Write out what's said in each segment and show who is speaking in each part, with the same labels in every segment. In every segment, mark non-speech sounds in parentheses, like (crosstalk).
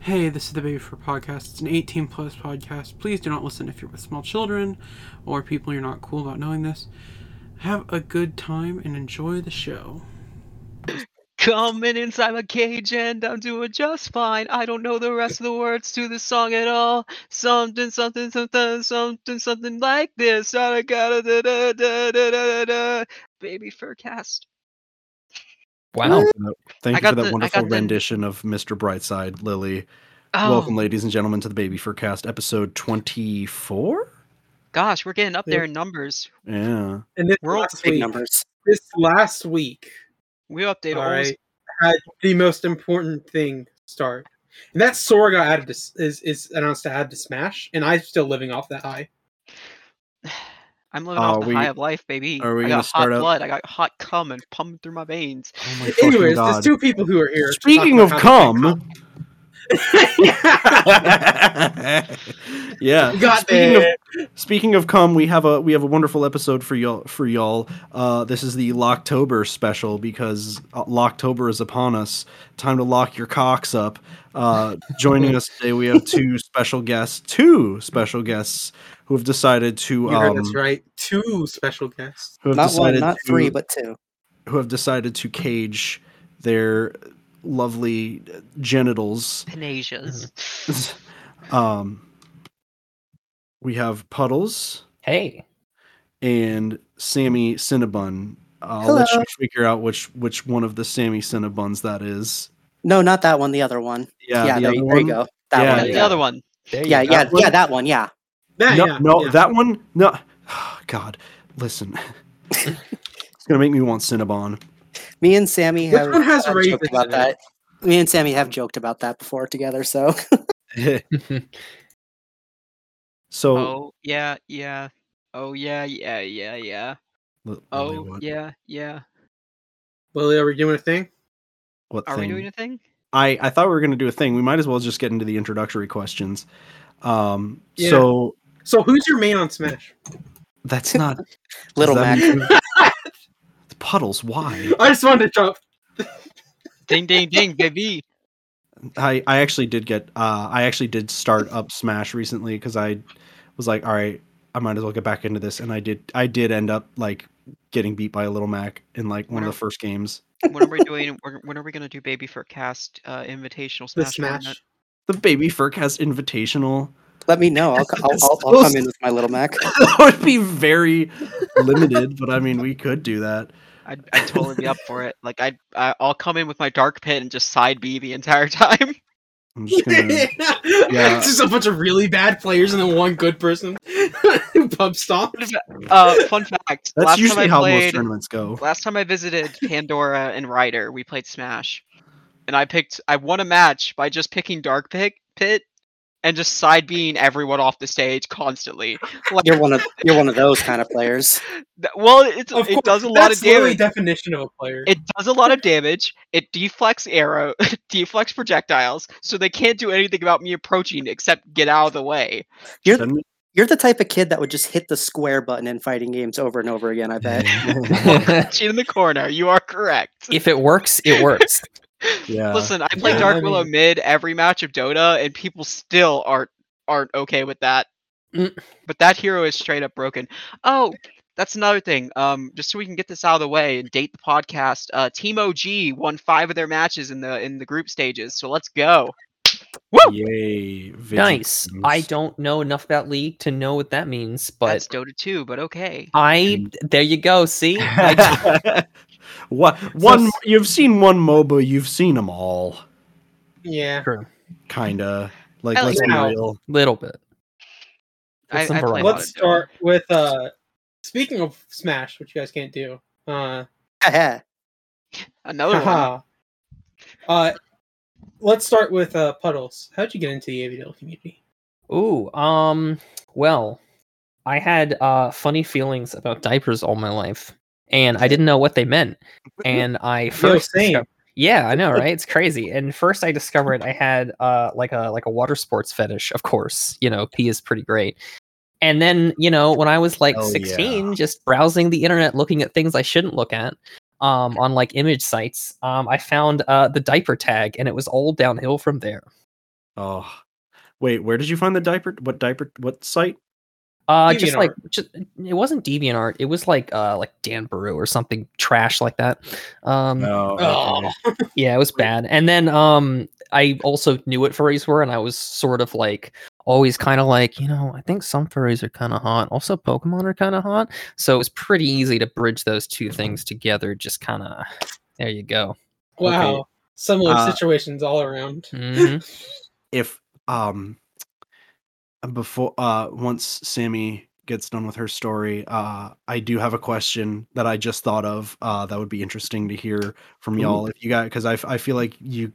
Speaker 1: hey, this is the Baby for Podcast. It's an 18 plus podcast. Please do not listen if you're with small children or people you're not cool about knowing this. Have a good time and enjoy the show.
Speaker 2: Coming inside my cage and I'm doing just fine. I don't know the rest of the words to this song at all. Something, something, something, something, something like this. I gotta da da da da da da. Baby Furcast.
Speaker 3: Thank
Speaker 4: Mm,
Speaker 5: Wow.
Speaker 3: you for that, thank
Speaker 2: I
Speaker 3: you for
Speaker 2: got
Speaker 3: that
Speaker 2: the- I
Speaker 3: wonderful
Speaker 2: got the-
Speaker 3: rendition of Mr. Brightside, Lily.
Speaker 2: Oh
Speaker 3: Welcome, ladies and gentlemen, to the Baby for Cast episode 24?
Speaker 2: gosh, we're getting up there in numbers.
Speaker 3: Yeah.
Speaker 5: And this
Speaker 2: We're all
Speaker 5: last
Speaker 4: big
Speaker 5: week,
Speaker 4: numbers.
Speaker 5: this last week,
Speaker 2: We update
Speaker 5: all
Speaker 2: almost
Speaker 5: right, had the most important thing start, and that Sora got added to s- is is announced to add to Smash, and I'm still living off that high.
Speaker 2: (sighs) I'm living off
Speaker 3: Are
Speaker 2: the
Speaker 3: Uh, we-
Speaker 2: high of life, baby.
Speaker 3: are we
Speaker 2: I
Speaker 3: gonna
Speaker 2: got hot
Speaker 3: start out-
Speaker 2: blood. I got hot cum and pumping through my veins.
Speaker 3: Oh my
Speaker 5: Anyways, there's two people who are here. to talk
Speaker 3: Speaking
Speaker 5: about
Speaker 3: of
Speaker 5: how they
Speaker 3: cum.
Speaker 5: yeah,
Speaker 3: (laughs) yeah.
Speaker 5: we got
Speaker 3: Speaking
Speaker 5: there.
Speaker 3: of Speaking of cum, we have a we have a wonderful episode for y'all for y'all. Uh, this is the Locktober special because uh, Locktober is upon us. Time to lock your cocks up. Uh, joining us today, we
Speaker 4: (laughs)
Speaker 3: have two special guests, two special guests who have decided to
Speaker 5: you
Speaker 3: um,
Speaker 5: heard that's right. Two special guests.
Speaker 3: who have
Speaker 4: Not one,
Speaker 3: decided
Speaker 4: not
Speaker 3: to-
Speaker 4: three, but two.
Speaker 3: who have decided to cage their lovely genitals.
Speaker 2: Panasias.
Speaker 3: Mm-hmm. Um, we have puddles.
Speaker 6: Hey,
Speaker 3: and Sammy Cinnabon. Uh, I'll let you figure out which which one of the Sammy Cinnabons that is.
Speaker 4: No, not that one. The other one.
Speaker 3: Yeah,
Speaker 4: Yeah,
Speaker 3: the
Speaker 4: there,
Speaker 3: other
Speaker 4: you- there
Speaker 3: one?
Speaker 4: you go. That
Speaker 3: Yeah,
Speaker 2: and
Speaker 4: one.
Speaker 2: the
Speaker 4: Yeah,
Speaker 2: other one.
Speaker 6: there you
Speaker 4: yeah,
Speaker 6: go.
Speaker 4: yeah, yeah, that one. Yeah.
Speaker 5: That,
Speaker 3: No,
Speaker 5: yeah,
Speaker 3: no,
Speaker 5: yeah.
Speaker 3: that one. No, (sighs) God,
Speaker 4: (laughs)
Speaker 3: listen, it's gonna make me want Cinnabon.
Speaker 4: Me and Sammy
Speaker 5: Which
Speaker 4: have
Speaker 5: one has
Speaker 4: uh,
Speaker 5: raisins
Speaker 4: joked about
Speaker 5: in it?
Speaker 4: that. Me and Sammy have joked about that before together. So (laughs)
Speaker 3: so,
Speaker 2: Oh yeah, yeah. Oh yeah, yeah, yeah, yeah.
Speaker 3: li- Lily,
Speaker 2: Oh
Speaker 3: what,
Speaker 2: yeah, yeah.
Speaker 5: Lily, are we doing a thing?
Speaker 3: what
Speaker 2: Are
Speaker 3: thing?
Speaker 2: we doing a thing?
Speaker 3: I I thought we were gonna do a thing. We might as well just get into the introductory questions. Um,
Speaker 5: Yeah.
Speaker 3: so
Speaker 5: So who's your main on Smash?
Speaker 3: that's not does
Speaker 4: (laughs) little
Speaker 3: that
Speaker 4: Mac.
Speaker 3: mean-
Speaker 4: (laughs)
Speaker 3: (laughs) the puddles. Why?
Speaker 2: Oh,
Speaker 5: I just wanted to drop.
Speaker 2: Ding ding ding, baby.
Speaker 3: I, I actually did get uh, I actually did start up Smash recently because I was like, all right, I might as well get back into this, and I did I did end up like getting beat by a little Mac in like one of the first games.
Speaker 2: When are we doing? we're- When are we gonna do baby for cast uh, invitational
Speaker 5: The
Speaker 2: smash?
Speaker 5: Smash.
Speaker 2: tournament?
Speaker 3: The baby Furcast Invitational. (laughs)
Speaker 4: Let me know. I'll, co- I'll, I'll, I'll come in with my little Mac.
Speaker 3: that would be very limited, but I mean, we could do that.
Speaker 2: I'd, I'd totally be up for it. Like I'd, I, I'll come in with my dark pit and just side B the entire (laughs) time.
Speaker 3: I'm
Speaker 2: (laughs)
Speaker 3: just gonna.
Speaker 5: (laughs)
Speaker 3: Yeah.
Speaker 5: Just a bunch of really bad players and then one good person (laughs) who pump stomp.
Speaker 2: Uh, fun fact:
Speaker 3: That's
Speaker 2: last
Speaker 3: usually
Speaker 2: time I
Speaker 3: how most
Speaker 2: played,
Speaker 3: tournaments go.
Speaker 2: last time
Speaker 5: (laughs)
Speaker 2: I visited Pandora and Ryder, we played Smash, and I picked. I won a match by just picking dark pit, pit, and just side being everyone off the stage constantly. Like,
Speaker 4: You're one of you're one of those kind of players.
Speaker 2: Th- Well, it's,
Speaker 5: Of
Speaker 2: it
Speaker 5: course,
Speaker 2: does a lot of
Speaker 5: that's literally
Speaker 2: damage.
Speaker 5: definition of a player.
Speaker 2: It does a lot of damage. It deflects arrow, (laughs) deflects projectiles, so they can't do anything about me approaching except get out of the way.
Speaker 4: You're
Speaker 3: Shouldn't
Speaker 4: you're the type of kid that would just hit the square button in fighting games over and over again. I bet.
Speaker 6: (laughs)
Speaker 2: Chin in the corner. You are correct.
Speaker 6: if it works, it works.
Speaker 3: yeah.
Speaker 2: (laughs) Listen, I play
Speaker 5: yeah, I
Speaker 2: Dark Willow
Speaker 5: mean-
Speaker 2: mid every match of Dota, and people still aren't aren't okay with that.
Speaker 6: Mm.
Speaker 2: But that hero is straight up broken. Oh, that's another thing. Um, just so we can get this out of the way and date the podcast. Uh, Team OG won five of their matches in the in the group stages. So let's go. Woo!
Speaker 3: Yay! video
Speaker 6: nice.
Speaker 3: games.
Speaker 6: I don't know enough about League to know what that means, but
Speaker 2: That's Dota 2, but okay.
Speaker 6: I there you
Speaker 3: (laughs)
Speaker 6: go. See, I just-
Speaker 3: what one? You've seen one MOBA. You've seen them all.
Speaker 5: yeah.
Speaker 3: kinda. Like,
Speaker 2: I like
Speaker 3: let's be
Speaker 5: how-
Speaker 3: real.
Speaker 6: little bit. With
Speaker 2: I-
Speaker 6: some
Speaker 2: I play
Speaker 6: variety.
Speaker 2: a lot
Speaker 5: Let's
Speaker 2: of Dota.
Speaker 5: start with uh speaking of Smash, which you guys can't do. Uh
Speaker 4: (laughs)
Speaker 2: Another one.
Speaker 5: haha. uh let's start with uh puddles. How'd you get into the AVDL community?
Speaker 6: Ooh, um, well, I had uh funny feelings about diapers all my life, and I didn't know what they meant. And I first
Speaker 5: same.
Speaker 6: disco- yeah, I know, right? It's crazy. And first, I discovered I had uh like a like a water sports fetish. Of course, you know, pee is pretty great. And then you know, when I was like
Speaker 3: Hell yeah.
Speaker 6: sixteen, just browsing the internet, looking at things I shouldn't look at, um, on like image sites, um, I found uh the diaper tag, and it was all downhill from there.
Speaker 3: Oh, wait. Where did you find the diaper? What diaper? What site?
Speaker 6: Uh, just like
Speaker 5: DeviantArt.
Speaker 6: just, it wasn't DeviantArt. It was like uh like Dan Brew or something trash like that. Um,
Speaker 3: No.
Speaker 5: Oh.
Speaker 6: yeah, it was bad. And then um, I also knew what furries were, and I was sort of like always kind of like you know I think some furries are kind of hot. Also, Pokemon are kind of hot. So it was pretty easy to bridge those two things together. Just kind of there you go.
Speaker 5: Wow. Similar
Speaker 3: Uh,
Speaker 5: situations all around.
Speaker 2: Mm-hmm.
Speaker 6: Mhm.
Speaker 3: If um, before uh, once Sammy gets done with her story, uh, I do have a question that I just thought of. Uh, that would be interesting to hear from y'all if you got because I f- I feel like you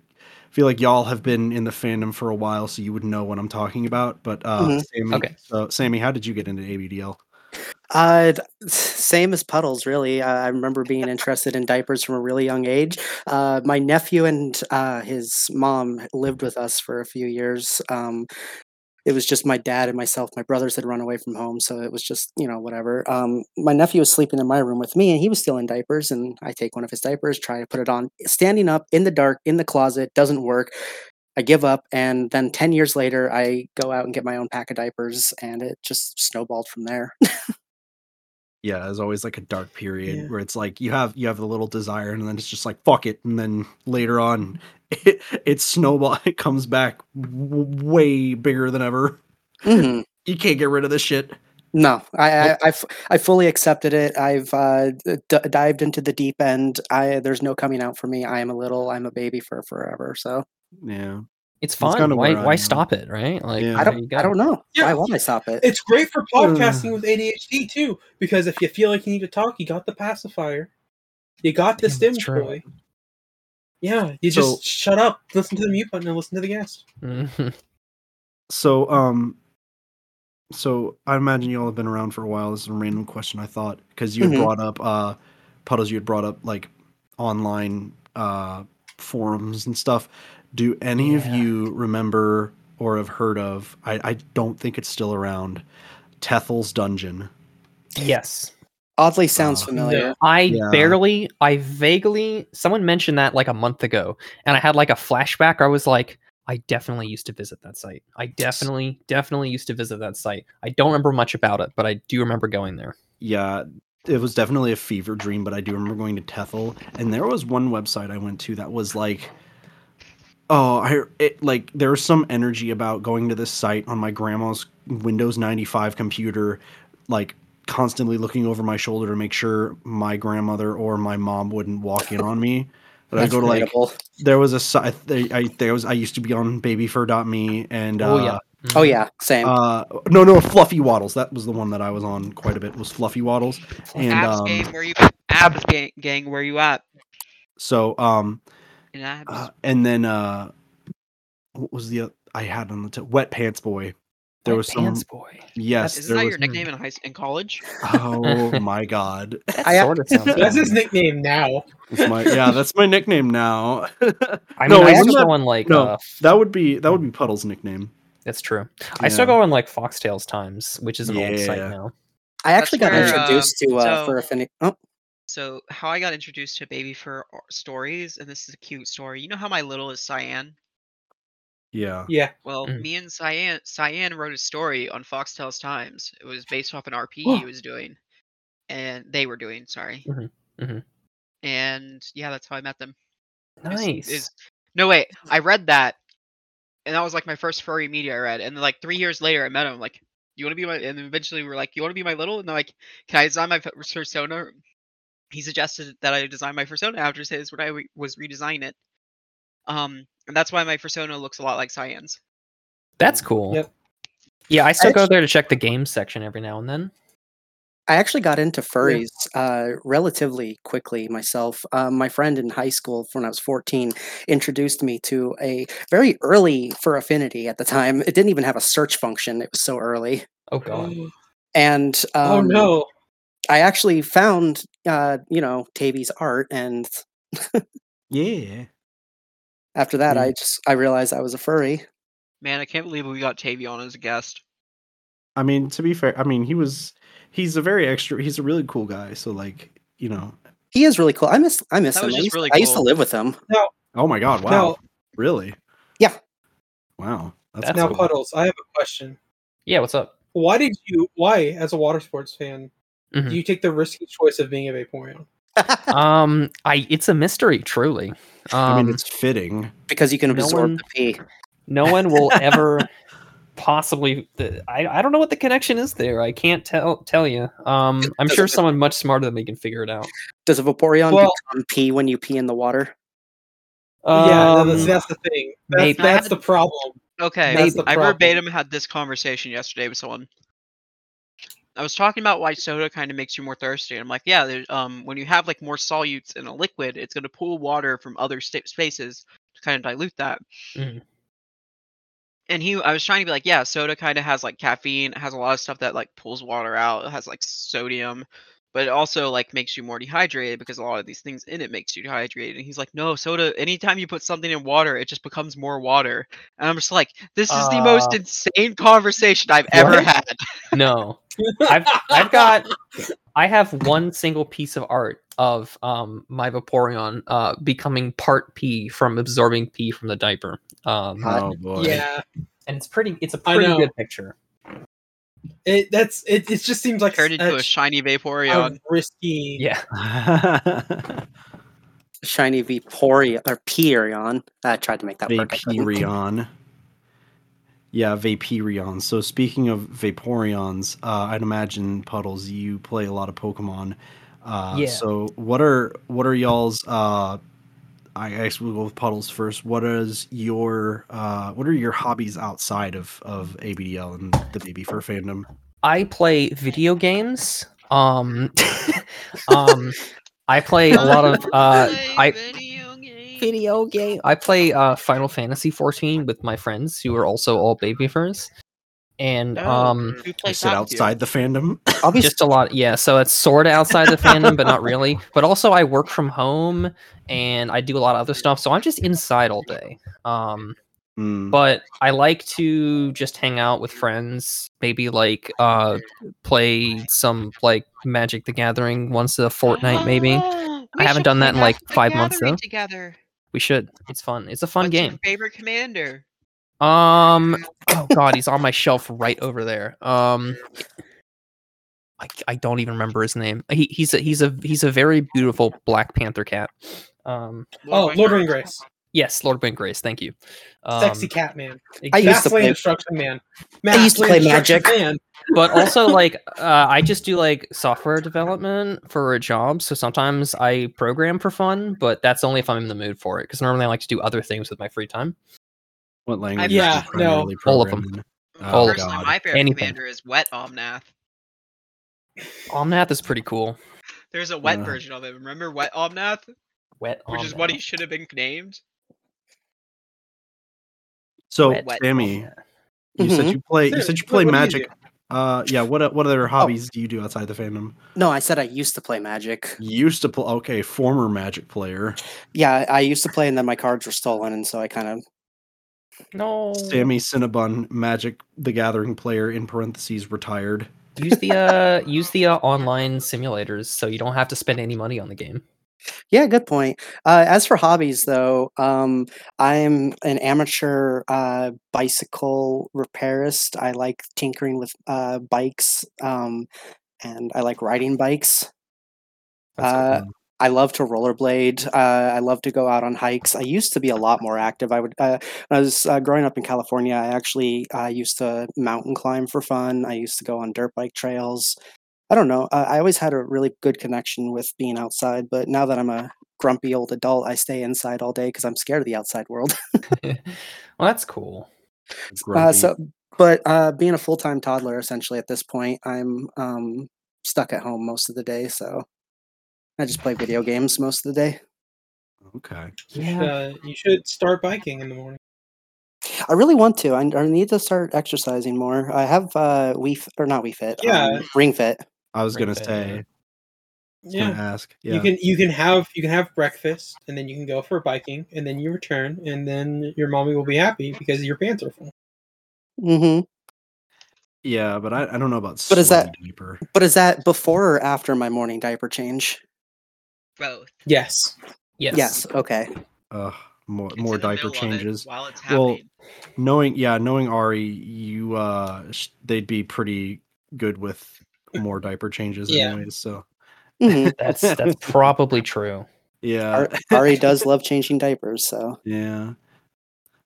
Speaker 3: feel like y'all have been in the fandom for a while, so you would know what I'm talking about. But uh,
Speaker 2: Mm-hmm.
Speaker 4: Mhm.
Speaker 3: Sammy,
Speaker 6: Okay.
Speaker 3: so Sammy, how did you get into ABDL?
Speaker 4: Uh, same as puddles, really. Uh, I remember being interested in diapers from a really young age. Uh, my nephew and uh, his mom lived with us for a few years. Um, it was just my dad and myself. My brothers had run away from home, so it was just you know whatever. Um, my nephew was sleeping in my room with me, and he was still in diapers. And I take one of his diapers, try to put it on, standing up in the dark in the closet, doesn't work. I give up, and then ten years later, I go out and get my own pack of diapers, and it just snowballed from there. (laughs)
Speaker 3: yeah there's always like a dark period
Speaker 5: Yeah.
Speaker 3: where it's like you have you have the little desire and then it's just like fuck it and then later on (laughs) it, it snowball (laughs) it comes back w- way bigger than ever
Speaker 4: Mhm.
Speaker 3: you can't get rid of this shit
Speaker 4: No, I, I, I f- I fully accepted it. I've uh, d- d- dived into the deep end. I there's no coming out for me. I am a little. I'm a baby for forever. So
Speaker 3: yeah
Speaker 6: It's fun.
Speaker 3: kinda
Speaker 6: Why
Speaker 3: where I
Speaker 6: why
Speaker 3: am.
Speaker 6: stop it? Right? Like
Speaker 3: Yeah.
Speaker 4: I
Speaker 6: there you
Speaker 4: don't.
Speaker 6: go.
Speaker 4: I don't know.
Speaker 5: Yeah.
Speaker 4: Why won't I stop it?
Speaker 5: It's great for
Speaker 6: Hmm.
Speaker 5: podcasting with ADHD too, because if you feel like you need to talk, you got the pacifier, you got the
Speaker 6: Damn,
Speaker 5: stim
Speaker 6: that's true.
Speaker 5: toy. Yeah, you
Speaker 3: So-
Speaker 5: just shut up, listen to the mute button, and listen to the guest.
Speaker 6: Mhm.
Speaker 3: so um so i imagine you all have been around for a while this is a random question i thought because you had
Speaker 4: Mhm.
Speaker 3: brought up uh puddles you had brought up like online uh forums and stuff do any of
Speaker 6: Yeah.
Speaker 3: you remember or have heard of i i don't think it's still around tethel's dungeon
Speaker 6: (laughs) Yes.
Speaker 4: Oddly sounds
Speaker 3: Uh,
Speaker 4: familiar.
Speaker 6: I
Speaker 3: Yeah.
Speaker 6: barely, I vaguely, someone mentioned that like a month ago, and I had like a flashback. Where I was like, I definitely used to visit that site. I definitely, definitely used to visit that site. I don't remember much about it, but I do remember going there.
Speaker 3: yeah it was definitely a fever dream but i do remember going to tethel and there was one website i went to that was like oh i it like there was some energy about going to this site on my grandma's windows 95 computer like constantly looking over my shoulder to make sure my grandmother or my mom wouldn't walk in on me but i
Speaker 4: That's
Speaker 3: go to like
Speaker 4: relatable.
Speaker 3: there was a site I, I there was i used to be on babyfur.me and
Speaker 6: Oh,
Speaker 3: uh,
Speaker 6: yeah.
Speaker 4: oh yeah, same.
Speaker 3: uh no no fluffy waddles that was the one that i was on quite a bit was fluffy waddles and
Speaker 2: abs
Speaker 3: um,
Speaker 2: gang, where you abs gang, gang, where you at?
Speaker 3: so um
Speaker 2: And abs.
Speaker 3: uh, and then uh what was the oth- i had on the tip wet pants boy there
Speaker 6: Wet
Speaker 3: was some
Speaker 6: pants boy.
Speaker 3: yes
Speaker 2: Isn't
Speaker 3: there
Speaker 2: that
Speaker 3: was,
Speaker 2: your nickname in high s- in college?
Speaker 3: (laughs)
Speaker 6: (laughs)
Speaker 3: oh my god
Speaker 6: That
Speaker 4: I-
Speaker 6: (laughs) sort
Speaker 5: (laughs)
Speaker 6: of sounds.
Speaker 5: That's his
Speaker 6: familiar.
Speaker 5: nickname now.
Speaker 3: That's my- yeah that's my nickname now (laughs)
Speaker 6: I mean,
Speaker 3: No,
Speaker 6: I
Speaker 3: isn't
Speaker 6: still
Speaker 3: that-
Speaker 6: go on like.
Speaker 3: no.
Speaker 6: Uh,
Speaker 3: that would be that would be puddle's nickname
Speaker 6: that's true. I still
Speaker 3: Yeah.
Speaker 6: go on like Foxtails Times, which is an old site
Speaker 3: Yeah.
Speaker 6: now.
Speaker 4: I actually got
Speaker 2: where,
Speaker 4: introduced to uh,
Speaker 2: so-
Speaker 4: for affinity. Oh,
Speaker 2: So how I got introduced to Baby Fur are- stories, and this is a cute story. You know how my little is Cyan?
Speaker 3: yeah
Speaker 5: Yeah,
Speaker 2: Well,
Speaker 6: Mm.
Speaker 2: me and Cyan Cyan wrote a story on Foxtel's Times. It was based off an RP he was doing, and they were doing. Sorry.
Speaker 6: Mhm, mhm.
Speaker 2: And yeah, that's how I met them. is-
Speaker 6: Nice.
Speaker 2: Is, no wait, I read that, and that was like my first furry media I read. And then, like three years later, I met him. Like, you want to be my? And then eventually, we are like, you want to be my little? And they're like, can I design my f- persona? He suggested that I design my persona after his when I re- was redesigning it. Um, and that's why my persona looks a lot like Cyan's.
Speaker 6: that's cool.
Speaker 5: Yep.
Speaker 6: Yeah, I still go
Speaker 4: actu-
Speaker 6: there to check the game section every now and then.
Speaker 4: I actually got into furries uh, relatively quickly myself. Um, my friend in high school, when I was 14, introduced me to a very early fur affinity at the time. It didn't even have a search function, it was so early.
Speaker 6: Oh god.
Speaker 4: And um,
Speaker 5: oh no,
Speaker 4: I actually found, uh, you know, Tavy's art, and
Speaker 3: yeah
Speaker 4: after that,
Speaker 3: Mm.
Speaker 4: I just I realized I was a furry.
Speaker 2: Man, I can't believe we got Tavion as a guest.
Speaker 3: i mean to be fair i mean he was he's a very extra he's a really cool guy so like you know
Speaker 4: He is really cool. I miss I miss
Speaker 2: That
Speaker 4: him. (laughs)
Speaker 2: was
Speaker 4: I
Speaker 2: just
Speaker 4: used,
Speaker 2: really
Speaker 4: I used to
Speaker 2: cool.
Speaker 4: live with him.
Speaker 3: oh my god wow
Speaker 5: no,
Speaker 3: really Wow. That's,
Speaker 6: That's
Speaker 3: cool.
Speaker 5: now,
Speaker 6: cool.
Speaker 5: puddles. I have a question.
Speaker 6: Yeah, what's up?
Speaker 5: Why did you? Why, as a water sports fan,
Speaker 6: Mhm.
Speaker 5: do you take the risky choice of being a Vaporeon?
Speaker 6: Um, I it's a mystery, truly. Um,
Speaker 3: I mean, it's fitting.
Speaker 4: because you can
Speaker 6: No
Speaker 4: absorb
Speaker 6: one-
Speaker 4: the pee.
Speaker 6: (laughs) no one will ever possibly. th- I I don't know what the connection is there. I can't tell tell you. Um, I'm sure someone much smarter than me can figure it out.
Speaker 4: Does a Vaporeon
Speaker 5: Well-
Speaker 4: become pee when you pee in the water?
Speaker 5: yeah,
Speaker 6: Um,
Speaker 5: that's, that's the thing. That's,
Speaker 6: maybe.
Speaker 5: that's the problem.
Speaker 2: Okay,
Speaker 5: That's the
Speaker 2: I
Speaker 5: problem.
Speaker 2: verbatim had this conversation yesterday with someone. I was talking about why soda kind of makes you more thirsty. And I'm like, yeah, there's, um, when you have like more solutes in a liquid, it's going to pull water from other sta- spaces to kind of dilute that.
Speaker 6: Mhm.
Speaker 2: And he, I was trying to be like, yeah, soda kind of has like caffeine, it has a lot of stuff that like pulls water out, it has like sodium, but it also like makes you more dehydrated because a lot of these things in it makes you dehydrated. And he's like, no, soda. Anytime you put something in water, it just becomes more water. And I'm just like, this is the most
Speaker 6: Uh,
Speaker 2: insane conversation I've ever
Speaker 6: what?
Speaker 2: had.
Speaker 6: (laughs) (laughs) No, I've
Speaker 5: (laughs)
Speaker 6: I've got I have one single piece of art of um my Vaporeon uh becoming part pee from absorbing pee from the diaper. Um,
Speaker 4: Hot.
Speaker 3: Oh boy. (laughs)
Speaker 5: Yeah,
Speaker 6: and it's pretty. It's a
Speaker 5: I
Speaker 6: pretty
Speaker 5: know.
Speaker 6: good picture.
Speaker 5: it that's it. It just seems like
Speaker 2: Turned into a
Speaker 5: such
Speaker 2: shiny
Speaker 5: a
Speaker 2: Vaporeon.
Speaker 5: risky.
Speaker 6: Yeah,
Speaker 4: Shiny Vaporeon or Peerion. I tried to make that work. I couldn't.
Speaker 3: Vaporeon. Yeah, Vaporeon. So speaking of Vaporeons, uh, I'd imagine Puddles, you play a lot of Pokemon. Uh,
Speaker 6: Yeah.
Speaker 3: So what are what are y'all's? Uh, I guess we'll go with Puddles first. What is your uh, what are your hobbies outside of of ABDL and the Baby Fur fandom?
Speaker 6: I play video games. Um, (laughs) um, I play (laughs) a lot of
Speaker 2: (laughs)
Speaker 6: uh, I video game. I play uh, Final Fantasy 14 with my friends who are also all baby furs, and
Speaker 2: Oh,
Speaker 6: um,
Speaker 2: who
Speaker 3: I
Speaker 2: plays
Speaker 3: sit
Speaker 2: that with you?
Speaker 3: outside the fandom.
Speaker 4: I'll be
Speaker 6: just a lot. Yeah, so it's sort of outside the fandom, but not really. (laughs) But also, I work from home and I do a lot of other stuff, so I'm just inside all day. Um,
Speaker 3: Mm.
Speaker 6: but I like to just hang out with friends, maybe like uh, play some like Magic the Gathering once a fortnight, maybe.
Speaker 2: Oh,
Speaker 6: I
Speaker 2: (gasps) we
Speaker 6: haven't
Speaker 2: should
Speaker 6: done that
Speaker 2: play
Speaker 6: in, like,
Speaker 2: Magic the
Speaker 6: five months,
Speaker 2: Gathering
Speaker 6: though.
Speaker 2: Together.
Speaker 6: We should. It's fun. It's a fun
Speaker 2: What's
Speaker 6: game.
Speaker 2: Your favorite commander.
Speaker 6: Um. Oh God, he's on my shelf right over there. Um. I, I don't even remember his name. He, he's a he's a he's a very beautiful Black Panther cat. Um.
Speaker 5: Oh,
Speaker 2: Lord
Speaker 5: Lord and
Speaker 2: Byron.
Speaker 5: Grace,
Speaker 6: Yes, Lord Wayne Grace. Thank you. Um,
Speaker 5: sexy cat man,
Speaker 6: ex-
Speaker 4: I used
Speaker 5: fast
Speaker 4: to
Speaker 5: lane
Speaker 4: play-
Speaker 5: destruction man.
Speaker 4: I used to
Speaker 5: Fast lane
Speaker 4: play
Speaker 5: destruction
Speaker 4: Magic.
Speaker 5: Man.
Speaker 6: but also like uh, I just do like software development for a job. So sometimes I program for fun, but that's only if I'm in the mood for it. Because normally I like to do other things with my free time.
Speaker 3: What language?
Speaker 5: yeah, no.
Speaker 6: All of them.
Speaker 3: Oh,
Speaker 2: Personally,
Speaker 3: God.
Speaker 2: my favorite
Speaker 6: Anything.
Speaker 2: commander is Wet Omnath.
Speaker 6: Omnath is pretty cool.
Speaker 2: There's a wet
Speaker 3: Uh.
Speaker 2: version of him. Remember Wet Omnath,
Speaker 3: Oh,
Speaker 6: Wet.
Speaker 2: which is what
Speaker 6: Omnath.
Speaker 2: he should have been named.
Speaker 3: So,
Speaker 6: Wet- wet
Speaker 3: Sammy,
Speaker 6: Omnath.
Speaker 3: you said
Speaker 4: Mhm.
Speaker 3: you play. You
Speaker 5: Sam,
Speaker 3: said you
Speaker 5: what-
Speaker 3: play
Speaker 5: what do you
Speaker 3: Magic. Uh, yeah. What what other hobbies do you do outside the fandom?
Speaker 4: No, I said I used to play Magic.
Speaker 3: Used to play. Okay, former Magic player.
Speaker 4: Yeah, I used to play, and then my cards were stolen, and so I kind of
Speaker 6: No.
Speaker 3: Sammy Cinnabon, Magic the Gathering player in parentheses retired.
Speaker 6: use the (laughs) uh use the uh, online simulators so you don't have to spend any money on the game (laughs)
Speaker 4: Yeah, good point. Uh, as for hobbies, though, um, I'm an amateur uh, bicycle repairist. I like tinkering with uh, bikes, um, and I like riding bikes. Uh,
Speaker 3: That's cool.
Speaker 4: I love to rollerblade. Uh, I love to go out on hikes. I used to be a lot more active. I would uh, when I was uh, growing up in California. I actually uh, used to mountain climb for fun. I used to go on dirt bike trails. I don't know. I, I always had a really good connection with being outside, but now that I'm a grumpy old adult, I stay inside all day because I'm scared of the outside world. (laughs)
Speaker 6: well that's cool
Speaker 4: Uh,
Speaker 3: Grumpy.
Speaker 4: so, but uh, being a full time toddler, essentially at this point, I'm um, stuck at home most of the day. So I just play video games most of the day.
Speaker 3: okay.
Speaker 5: Uh, you should start biking in the morning.
Speaker 4: I really want to. I, I need to start exercising more. I have uh Wii F- or not Wii Fit.
Speaker 5: Yeah.
Speaker 4: um, Ring Fit.
Speaker 3: I was gonna say.
Speaker 6: Right there.
Speaker 3: Yeah.
Speaker 5: Yeah.
Speaker 3: Gonna ask. Yeah.
Speaker 5: You can you can have you can have breakfast and then you can go for biking and then you return and then your mommy will be happy because your pants are full.
Speaker 4: hmm
Speaker 3: yeah, but I, I don't know about.
Speaker 4: But is that-
Speaker 3: sweaty diaper.
Speaker 4: But is that before or after my morning diaper change?
Speaker 2: Both.
Speaker 5: Yes.
Speaker 6: yes
Speaker 4: Okay.
Speaker 3: Ugh, more
Speaker 2: It's
Speaker 3: more
Speaker 2: in the middle
Speaker 3: diaper
Speaker 2: of it
Speaker 3: changes.
Speaker 2: while it's
Speaker 3: Well,
Speaker 2: happening.
Speaker 3: Knowing yeah, knowing Ari, you uh sh- they'd be pretty good with more diaper changes
Speaker 5: Yeah.
Speaker 3: anyways, so
Speaker 4: Mhm.
Speaker 6: That's that's probably true.
Speaker 3: yeah.
Speaker 4: Ar- (laughs) Ari does love changing diapers, so
Speaker 3: Yeah.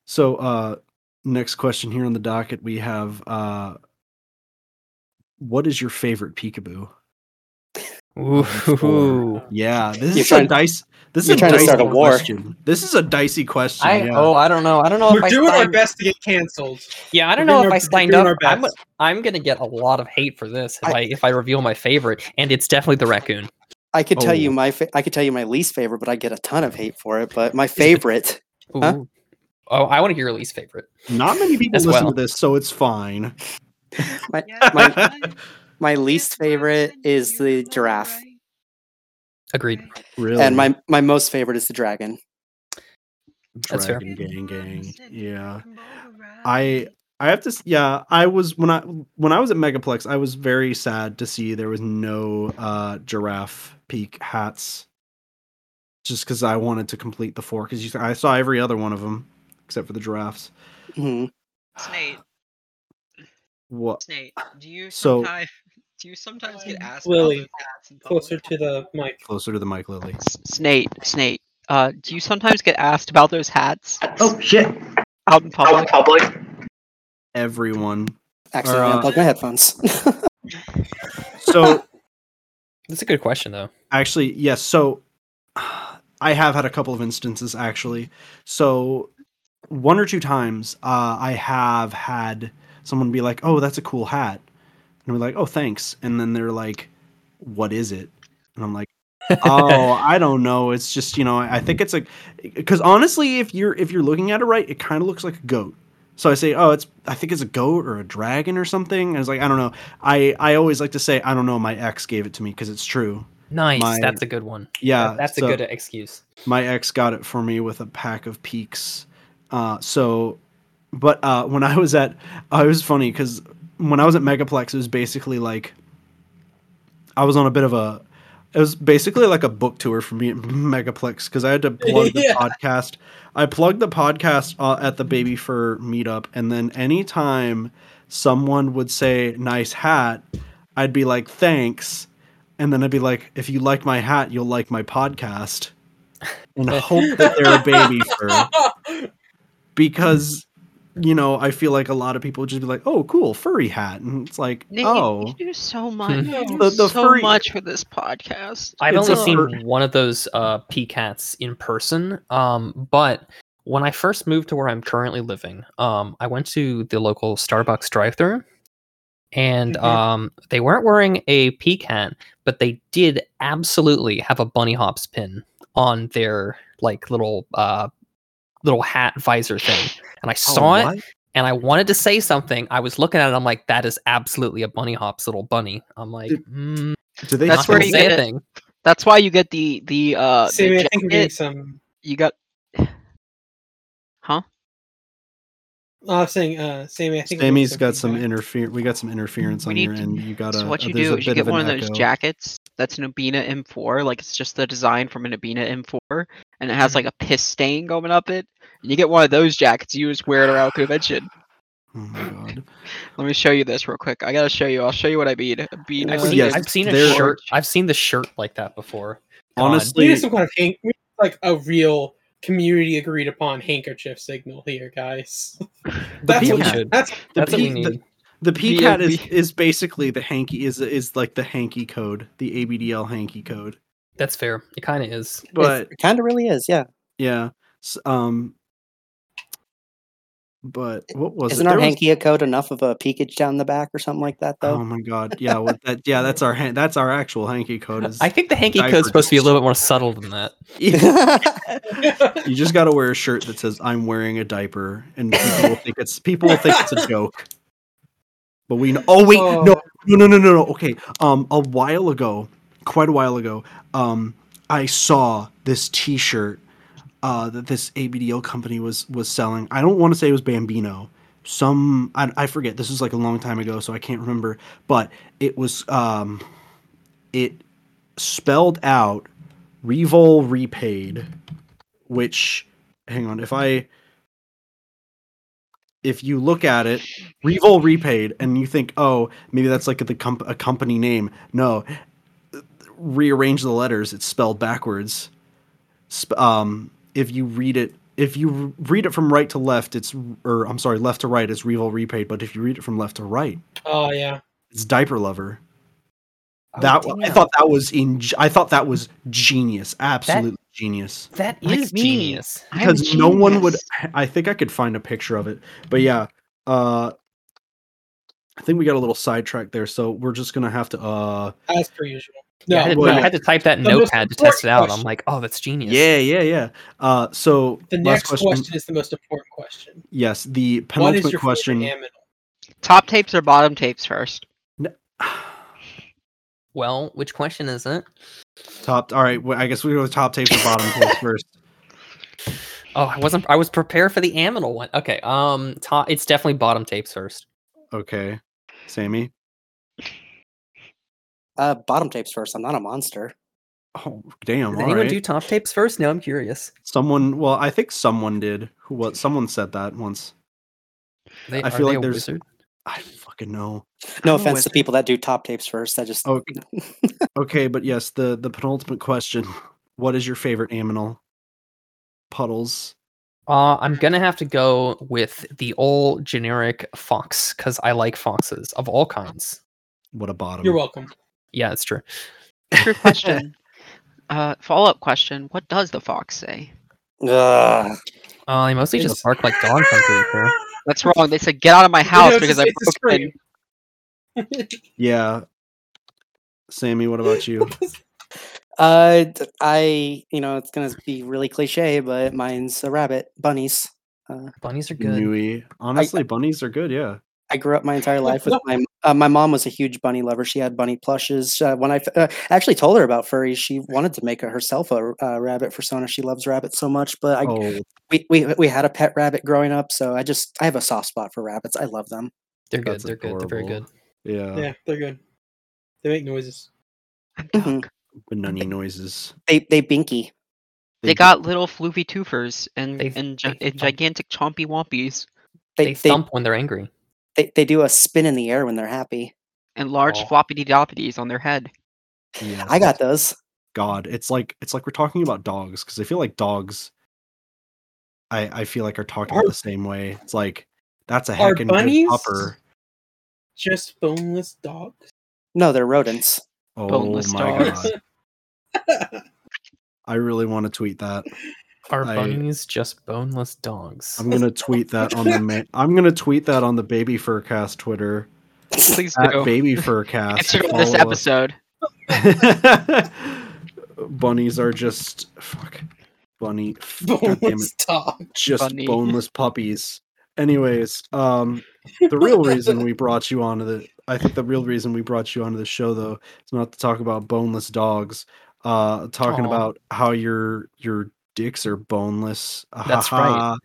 Speaker 3: So uh next question here on the docket we have uh what is your favorite peekaboo?
Speaker 6: Ooh.
Speaker 3: Yeah, this
Speaker 4: You're
Speaker 3: is
Speaker 4: trying-
Speaker 3: a dice this is
Speaker 4: you're
Speaker 3: a
Speaker 4: trying to
Speaker 3: dicey
Speaker 4: start a war.
Speaker 3: question. This is a dicey question.
Speaker 6: I
Speaker 3: yeah.
Speaker 6: oh I don't know I don't know
Speaker 5: We're
Speaker 6: if I
Speaker 5: doing our
Speaker 6: signed,
Speaker 5: best to get canceled.
Speaker 6: yeah I don't
Speaker 5: we're
Speaker 6: know
Speaker 5: doing
Speaker 6: if
Speaker 5: our-
Speaker 6: I
Speaker 5: we're
Speaker 6: signed
Speaker 5: doing
Speaker 6: up
Speaker 5: our
Speaker 6: I'm
Speaker 5: best.
Speaker 6: I'm gonna get a lot of hate for this if
Speaker 4: I-
Speaker 6: I, if I reveal my favorite and it's definitely the raccoon
Speaker 4: I could tell you
Speaker 3: Oh.
Speaker 4: my fa- I could tell you my least favorite, but I get a ton of hate for it. But
Speaker 3: (laughs)
Speaker 4: my favorite,
Speaker 6: Ooh.
Speaker 4: Huh?
Speaker 6: oh I want to hear your least favorite
Speaker 3: Not many people
Speaker 6: As
Speaker 3: listen
Speaker 6: well.
Speaker 3: to this, so it's fine.
Speaker 4: my,
Speaker 2: Yeah,
Speaker 4: my
Speaker 2: that's fine.
Speaker 4: my
Speaker 2: That's
Speaker 4: least
Speaker 2: fine,
Speaker 4: favorite
Speaker 2: then.
Speaker 4: is
Speaker 2: You're
Speaker 4: the
Speaker 2: not
Speaker 4: giraffe,
Speaker 2: right.
Speaker 6: agreed
Speaker 2: Okay.
Speaker 3: Really.
Speaker 4: and my my most favorite is the dragon.
Speaker 6: That's fair.
Speaker 3: Dragon gang gang. Yeah.
Speaker 2: Come over, right?
Speaker 3: I I have to s- yeah, I was when I when I was at Megaplex, I was very sad to see there was no uh giraffe peak hats. Just cuz I wanted to complete the four cuz you I saw every other one of them except for the giraffes.
Speaker 4: Mhm.
Speaker 2: Snape,
Speaker 3: What
Speaker 2: Snape, do you
Speaker 3: So-
Speaker 2: sometimes do you sometimes get asked
Speaker 5: Lily,
Speaker 2: about those hats in public?
Speaker 5: Closer to the mic.
Speaker 3: closer to the mic Lily.
Speaker 2: S- Snape, Snape, uh, do you sometimes get asked about those hats
Speaker 7: Oh shit!
Speaker 2: out in
Speaker 7: Out in
Speaker 2: public?
Speaker 7: public.
Speaker 3: Everyone.
Speaker 4: Accidentally
Speaker 3: uh,
Speaker 4: unplugged my headphones. (laughs)
Speaker 3: So
Speaker 6: that's a good question though
Speaker 3: Actually, yes. So I have had a couple of instances actually. So one or two times uh, I have had someone be like, "Oh, that's a cool hat," and we're like, "Oh, thanks," and then they're like, "What is it?" And I'm like, "Oh, I don't know. It's just you know, I think it's a because honestly, if you're if you're looking at it right, it kind of looks like a goat." So I say, "Oh, it's I think it's a goat or a dragon or something." And it's like, "I don't know." I I always like to say, "I don't know." My ex gave it to me because it's true.
Speaker 6: nice
Speaker 3: My-
Speaker 6: that's a good one
Speaker 3: Yeah,
Speaker 6: That- that's
Speaker 3: so-
Speaker 6: a good excuse
Speaker 3: my ex got it for me with a pack of peaks. Uh, so, but uh, when I was at, uh, it was funny because when I was at Megaplex, it was basically like I was on a bit of a, it was basically like a book tour for me at (laughs) Megaplex because I
Speaker 6: (laughs)
Speaker 3: had to plug the
Speaker 5: Yeah.
Speaker 3: podcast. I plugged the podcast uh, at the Baby Fur meetup, and then anytime someone would say "nice hat," I'd be like "thanks," and then I'd be like, "If you like my hat, you'll like my podcast," and hope that they're a baby fur because you know I feel like a lot of people would just be like, "Oh, cool, furry hat," and it's like,
Speaker 2: Nate,
Speaker 3: "Oh."
Speaker 2: you, you do so
Speaker 6: Hmm.
Speaker 2: much.
Speaker 5: No.
Speaker 2: You do
Speaker 3: The- the
Speaker 2: so
Speaker 3: furry-
Speaker 2: much for this podcast.
Speaker 6: I've
Speaker 3: It's
Speaker 6: only
Speaker 3: a
Speaker 6: seen
Speaker 3: fur-
Speaker 6: one of those uh, peacats in person, um, but when I first moved to where I'm currently living, um, I went to the local Starbucks drive-thru, and
Speaker 5: Mhm.
Speaker 6: um, they weren't wearing a peacat, but they did absolutely have a bunny hops pin on their like little uh, little hat visor thing, and I
Speaker 3: Oh,
Speaker 6: saw it
Speaker 3: what?
Speaker 6: and I wanted to say something. I was looking at it, I'm like, that is absolutely a bunny hops little bunny. I'm like,
Speaker 3: Did-
Speaker 6: mm,
Speaker 3: Do they?
Speaker 2: That's
Speaker 6: not
Speaker 3: That's
Speaker 2: where
Speaker 6: gonna
Speaker 2: you
Speaker 6: say
Speaker 2: get
Speaker 6: a
Speaker 2: it.
Speaker 6: thing.
Speaker 2: That's why you get the the uh
Speaker 5: Sammy, I
Speaker 2: the
Speaker 5: think we're getting
Speaker 2: jacket.
Speaker 5: some.
Speaker 2: You got
Speaker 5: I was saying, uh, Sammy. I think we're
Speaker 3: Sammy's
Speaker 5: getting
Speaker 3: got some
Speaker 5: feedback.
Speaker 3: interfere. We got some interference
Speaker 2: We
Speaker 3: on
Speaker 2: need
Speaker 3: your
Speaker 2: to-
Speaker 3: end. You got a. uh,
Speaker 2: so what you
Speaker 3: there's
Speaker 2: do
Speaker 3: a
Speaker 2: is you
Speaker 3: bit
Speaker 2: get
Speaker 3: an
Speaker 2: one of those
Speaker 3: echo.
Speaker 2: jackets that's an Abina M4, like it's just the design from an Abina M4, and it
Speaker 6: Hmm.
Speaker 2: has like a piss stain going up it. And you get one of those jackets, you just wear it around convention.
Speaker 3: Oh my god!
Speaker 2: Let me show you this real quick. I gotta show you. I'll show you what I mean. Abina.
Speaker 6: I've
Speaker 3: Uh,
Speaker 6: seen,
Speaker 3: yes,
Speaker 6: I've seen a
Speaker 3: there-
Speaker 6: shirt. I've seen the shirt like that before.
Speaker 5: We
Speaker 6: God.
Speaker 3: Honestly,
Speaker 5: need some kind of hank, we need, like a real community agreed upon handkerchief signal here, guys. That's
Speaker 3: peacock.
Speaker 5: what,
Speaker 6: Should.
Speaker 5: that's
Speaker 3: the
Speaker 6: That's what we
Speaker 3: peac-
Speaker 6: need.
Speaker 3: The, the peacat is
Speaker 5: VFB.
Speaker 3: is basically the hanky is is like the hanky code, the ABDL hanky code.
Speaker 6: That's fair. It kind of is.
Speaker 3: But
Speaker 4: it kind of really is, yeah.
Speaker 3: yeah, s- um, but what was
Speaker 4: Isn't
Speaker 3: it?
Speaker 4: our
Speaker 3: There was-
Speaker 4: hanky a coat enough of a peekage down the back or something like that, though?
Speaker 3: Oh my god! Yeah, what that? Yeah,
Speaker 4: (laughs)
Speaker 3: that's our han- that's our actual hanky code. Is
Speaker 6: I think the hanky
Speaker 3: diaper
Speaker 6: code's supposed to be a little bit more subtle than that.
Speaker 3: you just got to wear a shirt that says "I'm wearing a diaper," and people will think it's people will think it's a joke. But we know. Oh wait, no, no, no, no, no, no. Okay, um, a while ago, quite a while ago, um, I saw this T-shirt uh, that this ABDL company was was selling. I don't want to say it was Bambino. Some I, I forget. This was like a long time ago, so I can't remember. But it was um, it spelled out Revol repaid, which hang on. If I if you look at it, Revol repaid, and you think, oh, maybe that's like the comp- a company name. No, rearrange the letters; it's spelled backwards. Sp- um, if you read it, if you r- read it from right to left, it's or I'm sorry, left to right, it's Revol repaid. But if you read it from left to right,
Speaker 5: (laughs) Oh yeah.
Speaker 3: it's Diaper Lover.
Speaker 6: Oh,
Speaker 3: that I thought that was in. I thought that was genius. Absolutely genius.
Speaker 6: that
Speaker 2: Like
Speaker 6: is
Speaker 2: me.
Speaker 6: genius.
Speaker 2: I'm
Speaker 3: because no one would
Speaker 2: genius.
Speaker 3: (laughs) i think i could find a picture of it but yeah uh i think we got a little sidetracked there so we're just gonna have to uh
Speaker 5: As per usual.
Speaker 6: Yeah, I,
Speaker 5: No,
Speaker 6: had,
Speaker 3: well,
Speaker 6: I
Speaker 3: yeah.
Speaker 6: had to type that in
Speaker 5: The most
Speaker 6: notepad to test it out.
Speaker 5: important
Speaker 6: I'm like, oh, that's genius.
Speaker 3: yeah yeah yeah uh so
Speaker 5: the
Speaker 3: last
Speaker 5: next
Speaker 3: question,
Speaker 5: question. is the most important question.
Speaker 3: yes the
Speaker 5: What is
Speaker 3: penultimate
Speaker 5: your
Speaker 3: question
Speaker 5: favorite aminal?
Speaker 2: Top tapes or bottom tapes first?
Speaker 6: Well, which question is it?
Speaker 3: (sighs) top all right well, i guess we go with top tapes or bottom
Speaker 2: (laughs)
Speaker 3: tapes first
Speaker 6: Oh, I wasn't. I was prepared for the aminal one. Okay. Um, top. It's definitely bottom tapes first.
Speaker 3: okay sammy
Speaker 6: (laughs)
Speaker 4: (laughs) Uh, bottom tapes first. I'm not a monster.
Speaker 3: oh damn
Speaker 6: Did
Speaker 3: all
Speaker 6: anyone
Speaker 3: right
Speaker 6: do top tapes first? Now I'm curious.
Speaker 3: someone well i think someone did who what someone said that once
Speaker 6: They,
Speaker 3: I
Speaker 6: are
Speaker 3: feel
Speaker 6: they
Speaker 3: like
Speaker 6: a
Speaker 3: there's-
Speaker 6: wizard?
Speaker 3: i don't fucking know
Speaker 4: No
Speaker 6: I'm a
Speaker 4: offense to
Speaker 6: wizard. Oh,
Speaker 4: people that do top tapes first. I just
Speaker 3: okay Okay, but yes, the the penultimate question: What is your favorite aminal? Puddles.
Speaker 6: Uh, I'm gonna have to go with the old generic fox because I like foxes of all kinds.
Speaker 3: What a bottom.
Speaker 5: You're welcome.
Speaker 6: Yeah, it's true.
Speaker 2: True question. uh, follow up question. What does the fox say?
Speaker 4: (laughs) Ugh.
Speaker 6: Uh, they mostly
Speaker 5: It's-
Speaker 6: just bark like dogs. I'm pretty sure.
Speaker 2: That's wrong. They said get out of my house because I
Speaker 5: it's a
Speaker 2: broke in.
Speaker 3: Yeah. Sammy, what about you?
Speaker 4: Uh, d- I you know it's gonna be really cliche, but mine's a rabbit. Bunnies.
Speaker 6: Bunnies are good.
Speaker 3: Nui. Honestly, bunnies are good. Yeah.
Speaker 4: I grew up my entire life with
Speaker 6: (laughs)
Speaker 4: my uh, my mom was a huge bunny lover. She had bunny plushes. Uh, when I f- uh, actually told her about furries, she wanted to make a, herself a uh, rabbit persona. She loves rabbits so much. But I,
Speaker 3: oh,
Speaker 4: we, we we had a pet rabbit growing up, so I just I have a soft spot for rabbits. I love them.
Speaker 6: They're good.
Speaker 3: That's
Speaker 6: They're good. They're very good.
Speaker 3: adorable. yeah.
Speaker 5: (laughs) Yeah, they're good. They make noises.
Speaker 4: Mhm.
Speaker 3: Benunny noises.
Speaker 4: They they binky.
Speaker 2: They got little floofy twofers and
Speaker 6: They-
Speaker 2: and,
Speaker 6: they
Speaker 2: gi- and
Speaker 6: thump.
Speaker 2: gigantic chompy wompies
Speaker 6: They,
Speaker 4: They they, they,
Speaker 6: thump when they're angry.
Speaker 4: they do a spin in the air when they're happy.
Speaker 2: and large
Speaker 6: Aw.
Speaker 2: floppity doppities on their head.
Speaker 3: Yes.
Speaker 4: I got those.
Speaker 3: God. It's like it's like we're talking about dogs because I feel like dogs. I I feel like are talked about
Speaker 5: Are-
Speaker 3: the same way. It's like that's a
Speaker 5: Are
Speaker 3: heckin' good
Speaker 5: bunnies-
Speaker 3: pupper.
Speaker 5: Just boneless dogs. (laughs)
Speaker 4: No, they're
Speaker 3: (laughs)
Speaker 4: rodents.
Speaker 3: Oh
Speaker 2: boneless
Speaker 3: my
Speaker 2: dogs.
Speaker 3: god. I really want to tweet that.
Speaker 6: Are
Speaker 3: I-
Speaker 6: bunnies just boneless dogs?
Speaker 3: I'm gonna tweet that on the ma- I'm gonna tweet that on the Baby Furcast Twitter
Speaker 6: Oh,
Speaker 2: Please
Speaker 3: at
Speaker 2: do.
Speaker 3: Baby Furcast.
Speaker 2: Answer this
Speaker 3: Follow us.
Speaker 2: episode.
Speaker 3: (laughs) Bunnies are just fuck. Bunny, God damn it,
Speaker 5: boneless dogs.
Speaker 3: just
Speaker 2: Bunny.
Speaker 3: boneless puppies. Anyways, um, the real reason we brought you onto the I think the real reason we brought you onto the show though is not to talk about boneless dogs. Uh, talking
Speaker 6: Aw.
Speaker 3: about how your your dicks are boneless.
Speaker 6: That's right.
Speaker 3: Ahaha.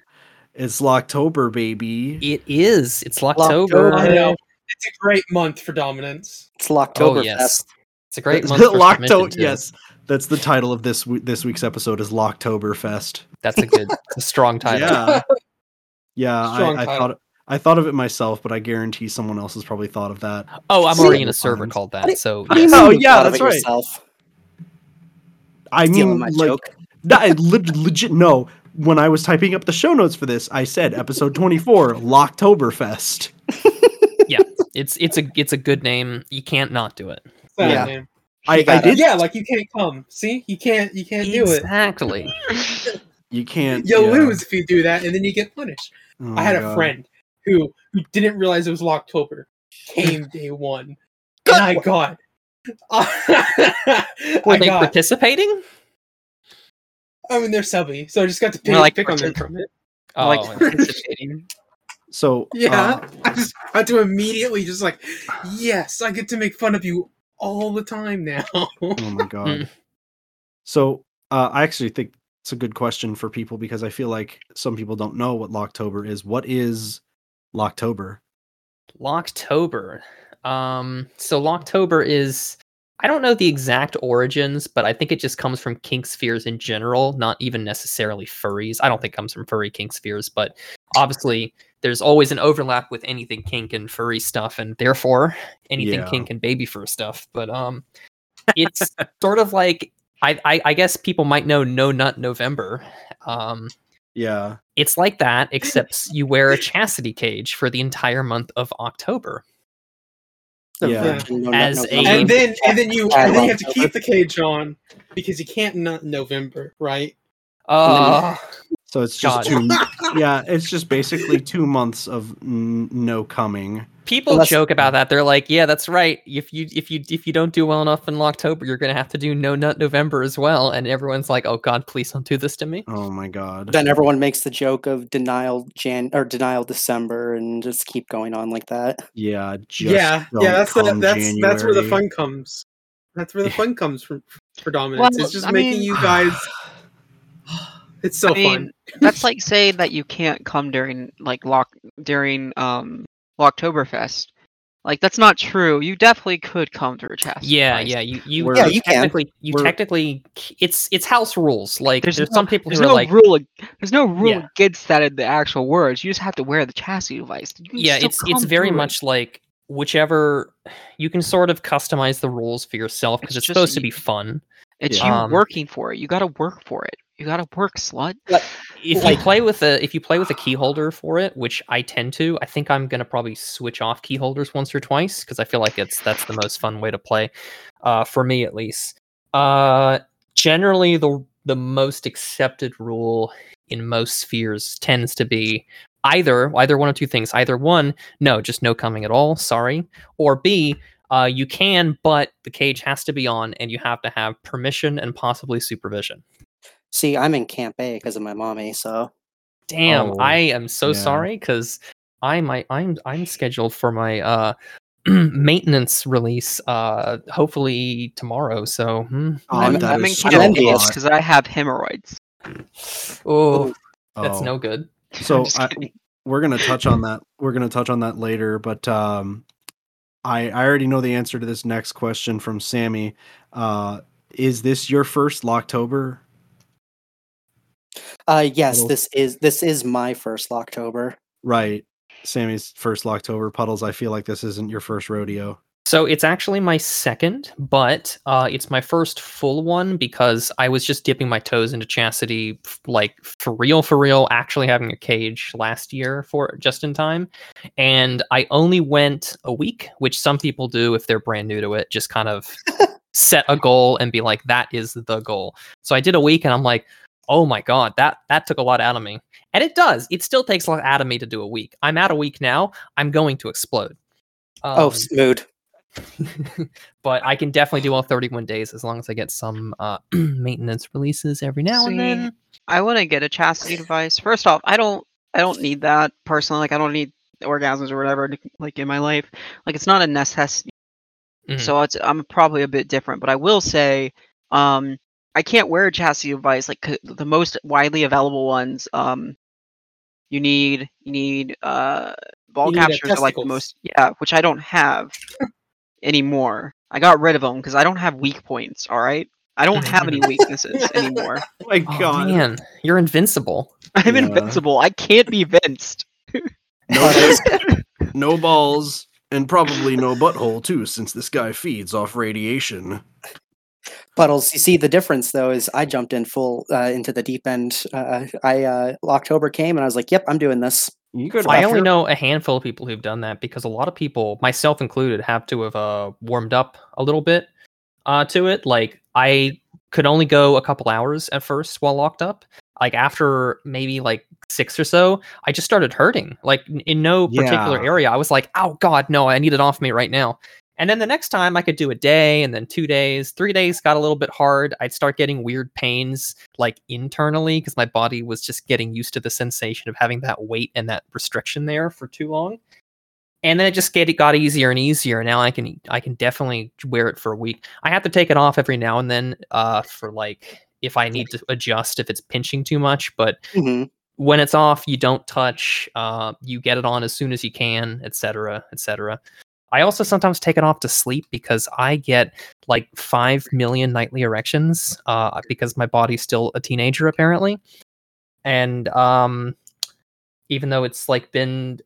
Speaker 3: It's Locktober, baby.
Speaker 6: It is.
Speaker 5: (laughs)
Speaker 6: It's
Speaker 5: I
Speaker 6: Locktober.
Speaker 4: Locktober.
Speaker 5: know. It's a great month for dominance.
Speaker 4: It's Locktoberfest.
Speaker 6: yes. It's a great month. for submission
Speaker 3: Lockto-
Speaker 6: to.
Speaker 3: yes, that's the title of this w- this week's episode is Locktoberfest.
Speaker 6: that's a good, it's
Speaker 3: (laughs)
Speaker 6: a strong title.
Speaker 5: (laughs)
Speaker 3: Yeah, yeah.
Speaker 5: Strong
Speaker 3: I, I
Speaker 5: title.
Speaker 3: thought I thought of it myself, but I guarantee someone else has probably thought of that.
Speaker 6: Oh, I'm
Speaker 4: See-
Speaker 6: already in a server
Speaker 3: Times.
Speaker 6: called
Speaker 4: do-
Speaker 6: that. So
Speaker 4: What do you
Speaker 6: yes.
Speaker 4: mean
Speaker 3: Oh,
Speaker 4: you
Speaker 3: yeah,
Speaker 4: thought of
Speaker 3: that's
Speaker 4: it
Speaker 3: right.
Speaker 4: yourself?
Speaker 3: I
Speaker 4: Stealing
Speaker 3: mean,
Speaker 4: my
Speaker 3: like,
Speaker 4: joke.
Speaker 3: no, I leg- legit. No, when I was typing up the show notes for this, I said episode twenty four, Locktoberfest.
Speaker 6: it's it's a it's a good name. You can't not do it.
Speaker 5: It's not a
Speaker 4: Yeah.
Speaker 5: name.
Speaker 3: I, I
Speaker 4: got
Speaker 3: did.
Speaker 5: Uh, Yeah, like you can't come. See, you can't. You can't do it.
Speaker 6: Exactly.
Speaker 3: You can't.
Speaker 5: You'll
Speaker 3: yeah.
Speaker 5: lose if you do that, and then you get punished.
Speaker 3: Oh
Speaker 5: I had
Speaker 3: my
Speaker 5: a
Speaker 3: God.
Speaker 5: friend who who didn't realize it was Locktober. Came day one, and I got. (laughs) I
Speaker 6: Were they
Speaker 5: got.
Speaker 6: participating?
Speaker 5: I mean, they're subby, so I just got to pick,
Speaker 2: like
Speaker 5: pick on them
Speaker 2: partic-
Speaker 5: from it.
Speaker 2: I
Speaker 6: Oh,
Speaker 2: like
Speaker 6: (laughs)
Speaker 2: participating.
Speaker 3: So
Speaker 5: Yeah,
Speaker 3: uh,
Speaker 5: I just had to immediately just like, yes, I get to make fun of you all the time now.
Speaker 3: Oh my god.
Speaker 6: Mm.
Speaker 3: so uh, I actually think it's a good question for people because I feel like some people don't know what Locktober is. What is Locktober?
Speaker 6: Locktober. Um, so Locktober is I don't know the exact origins, but I think it just comes from kink spheres in general, not even necessarily furries. I don't think it comes from furry kink spheres, but obviously there's always an overlap with anything kink and furry stuff, and therefore anything
Speaker 3: Yeah.
Speaker 6: kink and baby fur stuff. But um, it's sort of like I, I I guess people might know No Nut November. Um,
Speaker 3: Yeah.
Speaker 6: it's
Speaker 2: (laughs)
Speaker 6: like that, except s- you wear a chastity cage for the entire month of October.
Speaker 4: The
Speaker 3: Yeah.
Speaker 4: Virgin No Nut
Speaker 6: As a-
Speaker 4: November.
Speaker 5: and then and then you and then you have to keep the cage on because you can't not in November, right? (laughs)
Speaker 6: Uh,
Speaker 3: So it's just
Speaker 6: God.
Speaker 3: two. yeah, it's just basically two months of n- no coming.
Speaker 6: people
Speaker 4: Unless-
Speaker 6: joke about that. They're like, "Yeah, that's right. If you if you if you don't do well enough in October, you're gonna have to do No Nut November as well." And everyone's like, "Oh God, please don't do this to me."
Speaker 3: Oh my god.
Speaker 4: then everyone makes the joke of denial Jan or denial December and just keep going on like that.
Speaker 3: yeah. Just
Speaker 5: yeah,
Speaker 3: don't
Speaker 5: yeah. That's the,
Speaker 3: come
Speaker 5: that's that's where the
Speaker 3: January.
Speaker 5: fun comes. That's where the fun comes from predominance.
Speaker 2: Well,
Speaker 5: it's just
Speaker 2: I
Speaker 5: making
Speaker 2: mean-
Speaker 5: you guys. It's so
Speaker 2: I mean,
Speaker 5: fun.
Speaker 2: That's like saying that you can't come during like lock during um Locktoberfest. Like that's not true. You definitely could come to a chastity.
Speaker 6: Yeah,
Speaker 2: prize.
Speaker 6: yeah. You you,
Speaker 3: We're-
Speaker 4: Yeah, you can.
Speaker 6: technically you
Speaker 3: We're-
Speaker 6: technically it's it's house rules. Like
Speaker 2: There's
Speaker 6: there's,
Speaker 2: no-
Speaker 6: some people
Speaker 2: There's
Speaker 6: who are
Speaker 2: no
Speaker 6: like.
Speaker 2: rule. ag- There's no rule
Speaker 6: Yeah.
Speaker 2: against that in the actual words. You just have to wear the chastity device. You can
Speaker 6: yeah
Speaker 2: still
Speaker 6: it's it's
Speaker 2: come
Speaker 6: very
Speaker 2: through it.
Speaker 6: much like whichever you can sort of customize the rules for yourself because
Speaker 2: It's
Speaker 6: it's,
Speaker 2: just
Speaker 6: supposed to
Speaker 2: you-
Speaker 6: be fun
Speaker 2: It's
Speaker 3: Yeah.
Speaker 2: you
Speaker 6: Um,
Speaker 2: working for it. You got to work for it. You got to work, slut.
Speaker 6: if
Speaker 4: Like-
Speaker 6: you play with a if you play with a key holder for it which i tend to i think i'm going to probably switch off key holders once or twice because i feel like it's that's the most fun way to play uh, for me at least uh, generally the the most accepted rule in most spheres tends to be either either one of two things either one no just no coming at all sorry or b uh, you can but the cage has to be on and you have to have permission and possibly supervision
Speaker 4: See, I'm in Camp A because of my mommy, so
Speaker 6: damn
Speaker 3: Oh,
Speaker 6: i am so
Speaker 3: yeah.
Speaker 6: sorry because i might i'm i'm scheduled for my uh (clears throat) maintenance release uh hopefully tomorrow so hmm.
Speaker 3: Oh,
Speaker 4: I'm-
Speaker 3: that
Speaker 2: I'm in
Speaker 3: is so
Speaker 2: Camp
Speaker 4: envious.
Speaker 3: hot.
Speaker 2: because I have hemorrhoids. (laughs)
Speaker 6: oh that's
Speaker 3: Oh.
Speaker 6: no good
Speaker 2: (laughs)
Speaker 3: So
Speaker 2: just
Speaker 3: I,
Speaker 2: kidding.
Speaker 3: we're gonna touch on that. We're gonna touch on that later, but um, I I already know the answer to this next question from Sammy. Uh, is this your first Locktober?
Speaker 4: uh yes,
Speaker 3: Well-
Speaker 4: this is this is my first Locktober.
Speaker 3: Right, Sammy's first Locktober puddles. I feel like this isn't your first rodeo.
Speaker 6: so it's actually my second but uh it's my first full one because i was just dipping my toes into chastity f- like for real for real actually having a cage last year for just in time and I only went a week, which some people do if they're brand new to it, just kind of set a goal and be like, that is the goal. So I did a week and I'm like, oh my God, that that took a lot out of me. And it does. It still takes a lot out of me to do a week. I'm at a week now. I'm going to explode.
Speaker 4: oh,
Speaker 6: Um,
Speaker 4: smooth.
Speaker 6: but I can definitely do all 31 days as long as I get some uh, (clears throat) maintenance releases every now
Speaker 2: See,
Speaker 6: and then.
Speaker 2: I want to get a chastity device. First off, I don't I don't need that personally. Like I don't need orgasms or whatever like in my life. Like it's not a necessity.
Speaker 5: Mm-hmm.
Speaker 6: Mhm.
Speaker 2: So it's, I'm probably a bit different, but I will say um I can't wear a chastity device like 'cause the most widely available ones um you need you need uh ball
Speaker 5: You need, uh,
Speaker 2: captures are like the
Speaker 5: testicles.
Speaker 2: most yeah, which I don't have anymore. I got rid of them cuz I don't have weak points, all right? I don't
Speaker 5: Mm-hmm.
Speaker 2: have any weaknesses anymore.
Speaker 3: Oh my
Speaker 6: Oh, man, you're invincible.
Speaker 2: I'm
Speaker 3: Yeah.
Speaker 2: invincible. I can't be vinced.
Speaker 3: No, disc, no balls, and probably no butthole too, since this guy feeds off radiation.
Speaker 4: Puddles. You see, the difference though is I jumped in full uh, into the deep end. Uh, I uh, October came and I was like, "Yep, I'm doing this."
Speaker 3: You could.
Speaker 6: I only know a handful of people who've done that because a lot of people, myself included, have to have uh, warmed up a little bit uh, to it. Like I could only go a couple hours at first while locked up. Like after maybe like six or so, I just started hurting. Like n- in no particular
Speaker 3: Yeah.
Speaker 6: area, I was like, "Oh God, no! I need it off me right now." And then the next time, I could do a day, and then two days, three days got a little bit hard. I'd start getting weird pains like internally because my body was just getting used to the sensation of having that weight and that restriction there for too long. And then it just get, it got easier and easier. Now I can I can definitely wear it for a week. I have to take it off every now and then uh, for like if I need to adjust if it's pinching too much. But
Speaker 4: hmm
Speaker 6: when it's off, you don't touch. Uh, you get it on as soon as you can, etc., cetera, etc. Cetera. I also sometimes take it off to sleep because I get like 5 million nightly erections uh, because my body's still a teenager, apparently. And um, even though it's like been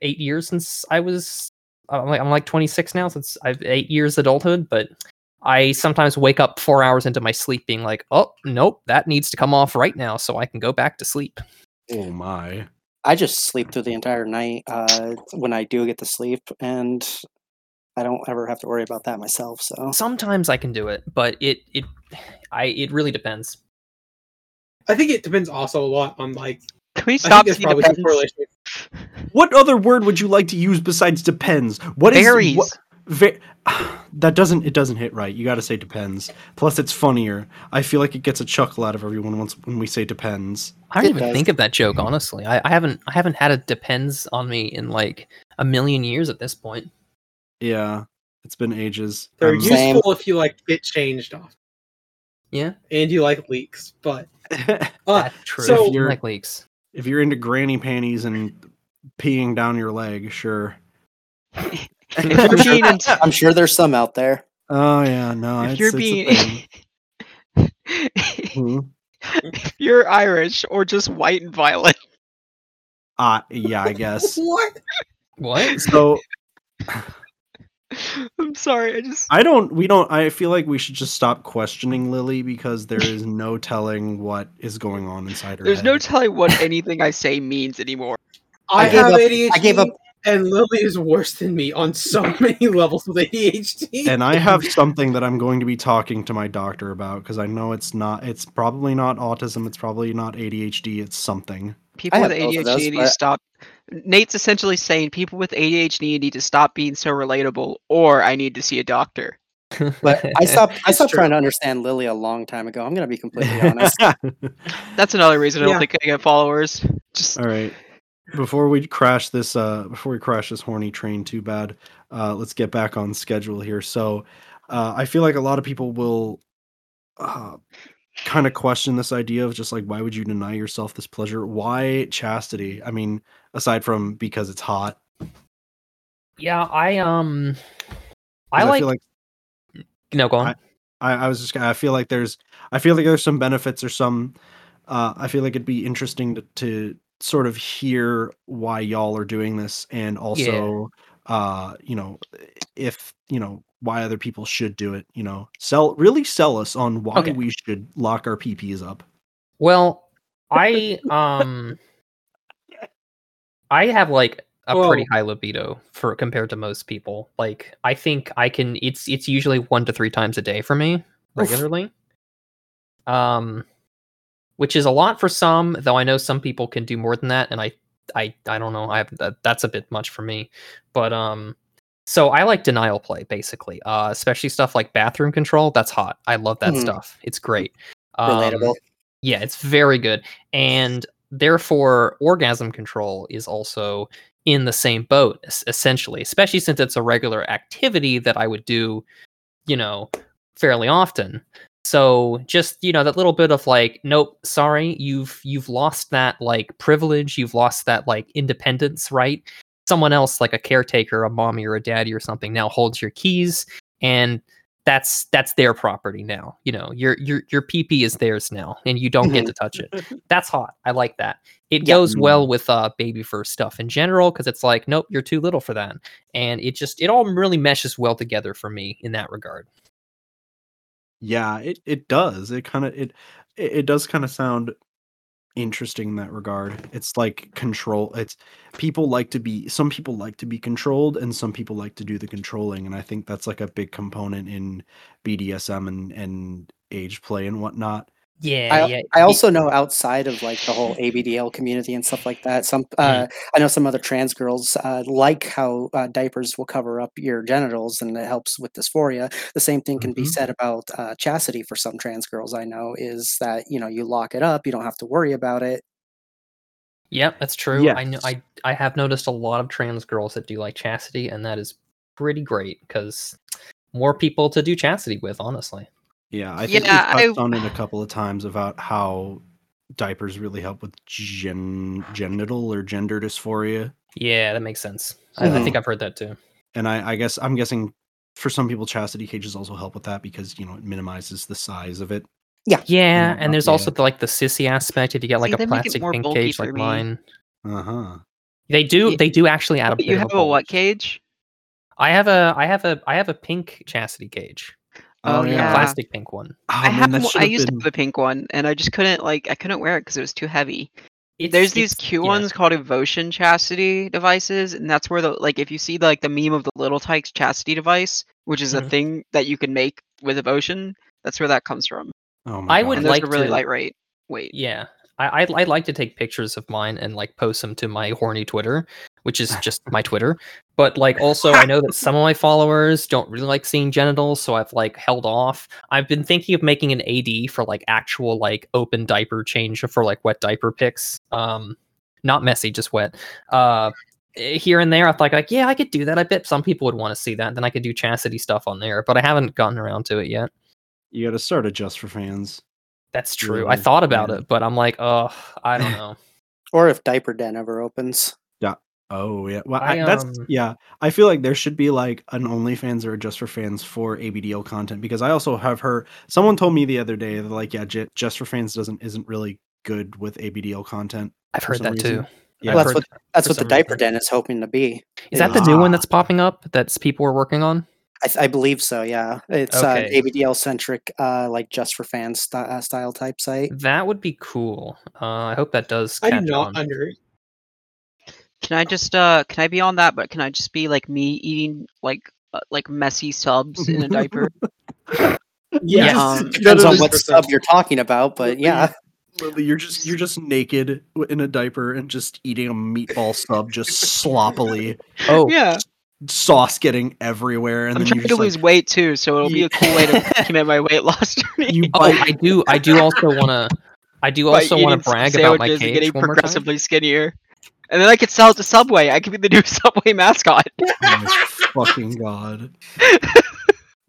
Speaker 6: eight years since I was, I'm like, I'm like 26 now, since I've eight years adulthood, but I sometimes wake up four hours into my sleep being like, oh, nope, that needs to come off right now so I can go back to sleep.
Speaker 3: Oh my.
Speaker 4: I just sleep through the entire night uh, when I do get to sleep, and I don't ever have to worry about that
Speaker 5: (laughs)
Speaker 4: myself. So
Speaker 6: Sometimes I can do it, but it, it, I, it really depends.
Speaker 5: (laughs) I think it depends also a lot on like.
Speaker 2: Can we
Speaker 5: I think
Speaker 2: stop?
Speaker 5: there's
Speaker 2: with the
Speaker 5: probably some
Speaker 2: depends?
Speaker 5: correlation.
Speaker 3: What other word would you like to use besides depends? What is
Speaker 2: Berries.
Speaker 3: what- va- (sighs) that doesn't it doesn't hit right. You got to say depends. Plus, it's funnier. I feel like it gets a chuckle out of everyone once when we say depends.
Speaker 6: I don't
Speaker 4: It
Speaker 6: even
Speaker 4: does.
Speaker 6: think of that joke, honestly. I, I haven't, I haven't had a depends on me in like a million years at this point.
Speaker 3: Yeah, it's been ages.
Speaker 5: They're
Speaker 3: Um,
Speaker 4: Same.
Speaker 5: useful if you like get changed off
Speaker 6: Yeah,
Speaker 5: and you like leaks, but uh,
Speaker 6: that's true.
Speaker 5: so-
Speaker 6: If you like leaks.
Speaker 3: (laughs) if you're into granny panties and peeing down your
Speaker 2: (laughs)
Speaker 3: leg, sure.
Speaker 2: if you're being, in-
Speaker 4: I'm sure there's some out there.
Speaker 3: Oh yeah, no,
Speaker 2: if
Speaker 3: it's,
Speaker 2: you're
Speaker 3: it's a
Speaker 2: being, (laughs)
Speaker 3: thing. Mhm.
Speaker 2: if you're Irish or just white and violent.
Speaker 3: Ah, yeah, I guess.
Speaker 5: what?
Speaker 6: What?
Speaker 3: So
Speaker 2: (laughs) I'm sorry, I just
Speaker 3: I don't. We don't. I feel like we should just stop questioning Lily because there is no telling what is going on inside her.
Speaker 2: there's
Speaker 3: head.
Speaker 2: no telling what anything I say means anymore.
Speaker 5: I,
Speaker 4: I gave
Speaker 5: have
Speaker 4: up-
Speaker 5: ADHD.
Speaker 4: I gave up.
Speaker 5: And Lily is worse than me on so (laughs) many levels with ADHD.
Speaker 3: and I have something that I'm going to be talking to my doctor about because I know it's not. It's probably not autism. It's probably not ADHD. It's something.
Speaker 2: People
Speaker 4: I
Speaker 2: with
Speaker 4: have both
Speaker 2: ADHD
Speaker 4: of those,
Speaker 2: need to
Speaker 4: but-
Speaker 2: stop. Nate's essentially saying people with ADHD need to stop being so relatable, or I need to see a doctor.
Speaker 4: But
Speaker 5: (laughs)
Speaker 6: (laughs)
Speaker 4: I stopped. I
Speaker 5: It's
Speaker 4: stopped
Speaker 5: true.
Speaker 4: trying to understand Lily a long time ago. I'm gonna
Speaker 5: (laughs)
Speaker 4: be completely
Speaker 3: (laughs)
Speaker 4: honest.
Speaker 2: That's another reason I
Speaker 5: Yeah.
Speaker 2: don't think I get followers. Just
Speaker 3: All right. Before we crash this, uh, before we crash this horny train too bad, uh, let's get back on schedule here. So, uh, I feel like a lot of people will uh, kind of question this idea of just like, why would you deny yourself this pleasure? Why chastity? I mean, aside from because it's hot.
Speaker 6: yeah, I um, I
Speaker 3: 'cause
Speaker 6: like,
Speaker 3: feel
Speaker 6: no go on.
Speaker 3: I, I was just gonna- I feel like there's I feel like there's some benefits or some uh I feel like it'd be interesting to, to sort of hear why y'all are doing this and also uh you know if you know why other people should do it you know sell really sell us on why
Speaker 6: Okay.
Speaker 3: we should lock our PPs up
Speaker 6: Well, I um I have like a pretty high libido for compared to most people. Like I think I can it's it's usually 1 to 3 times a day for me regularly. Um which is a lot for some, though I know some people can do more than that and I I I don't know. I have that, that's a bit much for me. But um so I like denial play basically. Uh especially stuff like bathroom control, that's hot. I love that
Speaker 4: Mhm.
Speaker 6: stuff. It's great. Um,
Speaker 4: Relatable.
Speaker 6: yeah, it's very good. And therefore, orgasm control is also in the same boat, es- essentially, especially since it's a regular activity that I would do, you know, fairly often. So just, you know, that little bit of like, nope, sorry, you've you've lost that like privilege, you've lost that like independence, right? Someone else, like a caretaker, a mommy or a daddy or something, now holds your keys and that's that's their property now. You know, your your your PP is theirs now, and you don't get
Speaker 4: Mhm.
Speaker 6: to touch it. That's hot. I like that. It
Speaker 4: Yeah.
Speaker 6: goes well with uh baby fur stuff in general because it's like, nope, you're too little for that, and it just it all really meshes well together for me in that regard.
Speaker 3: yeah it it does it kind of it it it does kind of sound interesting in that regard it's like control it's people like to be some people like to be controlled and some people like to do the controlling and i think that's like a big component in bdsm and and age play and whatnot
Speaker 6: Yeah,
Speaker 4: I,
Speaker 6: yeah.
Speaker 4: I also know outside of like the whole ABDL community and stuff like that. Some
Speaker 6: Mm-hmm.
Speaker 4: uh, I know some other trans girls uh, like how uh, diapers will cover up your genitals and it helps with dysphoria. The same thing can
Speaker 6: Mm-hmm.
Speaker 4: be
Speaker 3: Mhm.
Speaker 4: said about uh, chastity for some trans girls. I know is that you know you lock it up, you don't have to worry about it.
Speaker 6: yeah, that's true. I know.
Speaker 3: Yes.
Speaker 6: I I have noticed a lot of trans girls that do like chastity, and that is pretty great because more people to do chastity with, honestly.
Speaker 3: yeah i think
Speaker 2: Yeah, I-
Speaker 3: we've touched on
Speaker 2: (sighs)
Speaker 3: it a couple of times about how diapers really help with gen genital or gender dysphoria
Speaker 6: Hmm. Yeah, that makes sense. I, I think I've heard that too.
Speaker 3: and I, I guess I'm guessing for some people chastity cages also help with that because you know it minimizes the size of it.
Speaker 6: Hmm, Yeah,
Speaker 3: not
Speaker 6: and there's also the, like the sissy aspect if you get like
Speaker 2: See, they
Speaker 6: a
Speaker 2: make it
Speaker 6: plastic
Speaker 2: more
Speaker 6: pink
Speaker 2: bulky
Speaker 6: cage
Speaker 2: for
Speaker 6: like
Speaker 2: me.
Speaker 6: mine.
Speaker 3: Uh huh.
Speaker 6: They do
Speaker 2: Y-
Speaker 6: they do actually add a bit
Speaker 2: you
Speaker 6: of
Speaker 2: have a what
Speaker 6: bulge.
Speaker 2: cage?
Speaker 6: I have a I have a I have a pink chastity cage.
Speaker 2: Oh,
Speaker 3: Um,
Speaker 6: A
Speaker 2: yeah.
Speaker 6: plastic pink one.
Speaker 2: I have. one- I used to have a pink one, and I just couldn't like I couldn't wear it because it was too heavy.
Speaker 6: It's-
Speaker 2: There's these
Speaker 6: it's-
Speaker 2: cute
Speaker 6: yeah.
Speaker 2: ones called Evotion chastity devices, and that's where the like if you see like the meme of the little tyke's chastity device, which is a
Speaker 6: Mhm.
Speaker 2: thing that you can make with Evotion, that's where that comes from.
Speaker 3: Oh my
Speaker 6: I
Speaker 3: God.
Speaker 6: would
Speaker 2: And those
Speaker 6: like
Speaker 2: are really
Speaker 6: to-
Speaker 2: light rate. Wait,
Speaker 6: Yeah. I, I I like to take pictures of mine and like post them to my horny Twitter, which is just my Twitter. But like also I know that some of my followers don't really like seeing genitals, so I've like held off. I've been thinking of making an AD for like actual like open diaper change for like wet diaper pics. Um not messy, just wet. Uh eh, here and there, I thought like, yeah, I could do that. I bet some people would want to see that. Then I could do chastity stuff on there, but I haven't gotten around to it yet.
Speaker 3: You got to start a just for fans.
Speaker 6: That's true. I
Speaker 3: Really?
Speaker 6: thought about
Speaker 3: Yeah.
Speaker 6: it, but I'm like, oh, I don't know.
Speaker 4: Or if Diaper Den ever opens.
Speaker 3: Oh yeah, well
Speaker 6: I,
Speaker 3: I, that's
Speaker 6: um,
Speaker 3: yeah. I feel like there should be like an OnlyFans or a Just for Fans for ABDL content because I also have heard someone told me the other day that like yeah, J- Just for Fans doesn't isn't really good with ABDL content.
Speaker 6: I've
Speaker 3: for
Speaker 6: heard
Speaker 3: some
Speaker 6: that
Speaker 3: reason.
Speaker 6: too.
Speaker 3: Yeah,
Speaker 4: Well,
Speaker 6: I've
Speaker 4: that's
Speaker 6: heard
Speaker 4: what-
Speaker 6: that.
Speaker 4: That's
Speaker 6: For
Speaker 4: what the
Speaker 6: some reason.
Speaker 4: Diaper Den is hoping to be.
Speaker 6: Is that the new one that's
Speaker 3: Ah.
Speaker 6: popping up that's people are working on?
Speaker 4: I, th- I believe so. Yeah, it's uh,
Speaker 6: Okay.
Speaker 4: an ABDL centric, uh, like just for fans sty- uh, style type site.
Speaker 6: That would be cool. Uh, I hope that does.
Speaker 5: I do
Speaker 6: catch
Speaker 5: not
Speaker 6: on.
Speaker 5: under
Speaker 2: can I just uh can I be on that? But can I just be like me eating like uh, like messy subs in a diaper?
Speaker 5: (laughs)
Speaker 6: Yeah,
Speaker 5: Yes.
Speaker 2: um,
Speaker 4: Depends on
Speaker 5: Literally-
Speaker 4: what sub you're talking about, but yeah,
Speaker 3: Lily, you're just you're just naked w- in a diaper and just eating a meatball sub just sloppily,
Speaker 6: (laughs) Oh,
Speaker 2: yeah,
Speaker 3: sauce getting everywhere, and
Speaker 2: I'm
Speaker 3: then
Speaker 2: trying
Speaker 3: you're
Speaker 2: to
Speaker 3: just like,
Speaker 2: lose weight too, so it'll be a cool way to
Speaker 6: (laughs)
Speaker 2: document my weight loss (laughs) journey.
Speaker 3: you
Speaker 6: oh,
Speaker 3: bite
Speaker 6: I do. I do also want to. I do
Speaker 2: by
Speaker 6: also want
Speaker 2: eating
Speaker 6: to brag
Speaker 2: some
Speaker 6: about my
Speaker 2: sandwiches and
Speaker 6: cage
Speaker 2: getting
Speaker 6: one more time.
Speaker 2: progressively skinnier. And then I could sell it to Subway. I could be the (laughs) new Subway mascot.
Speaker 3: Oh my fucking god.
Speaker 6: Do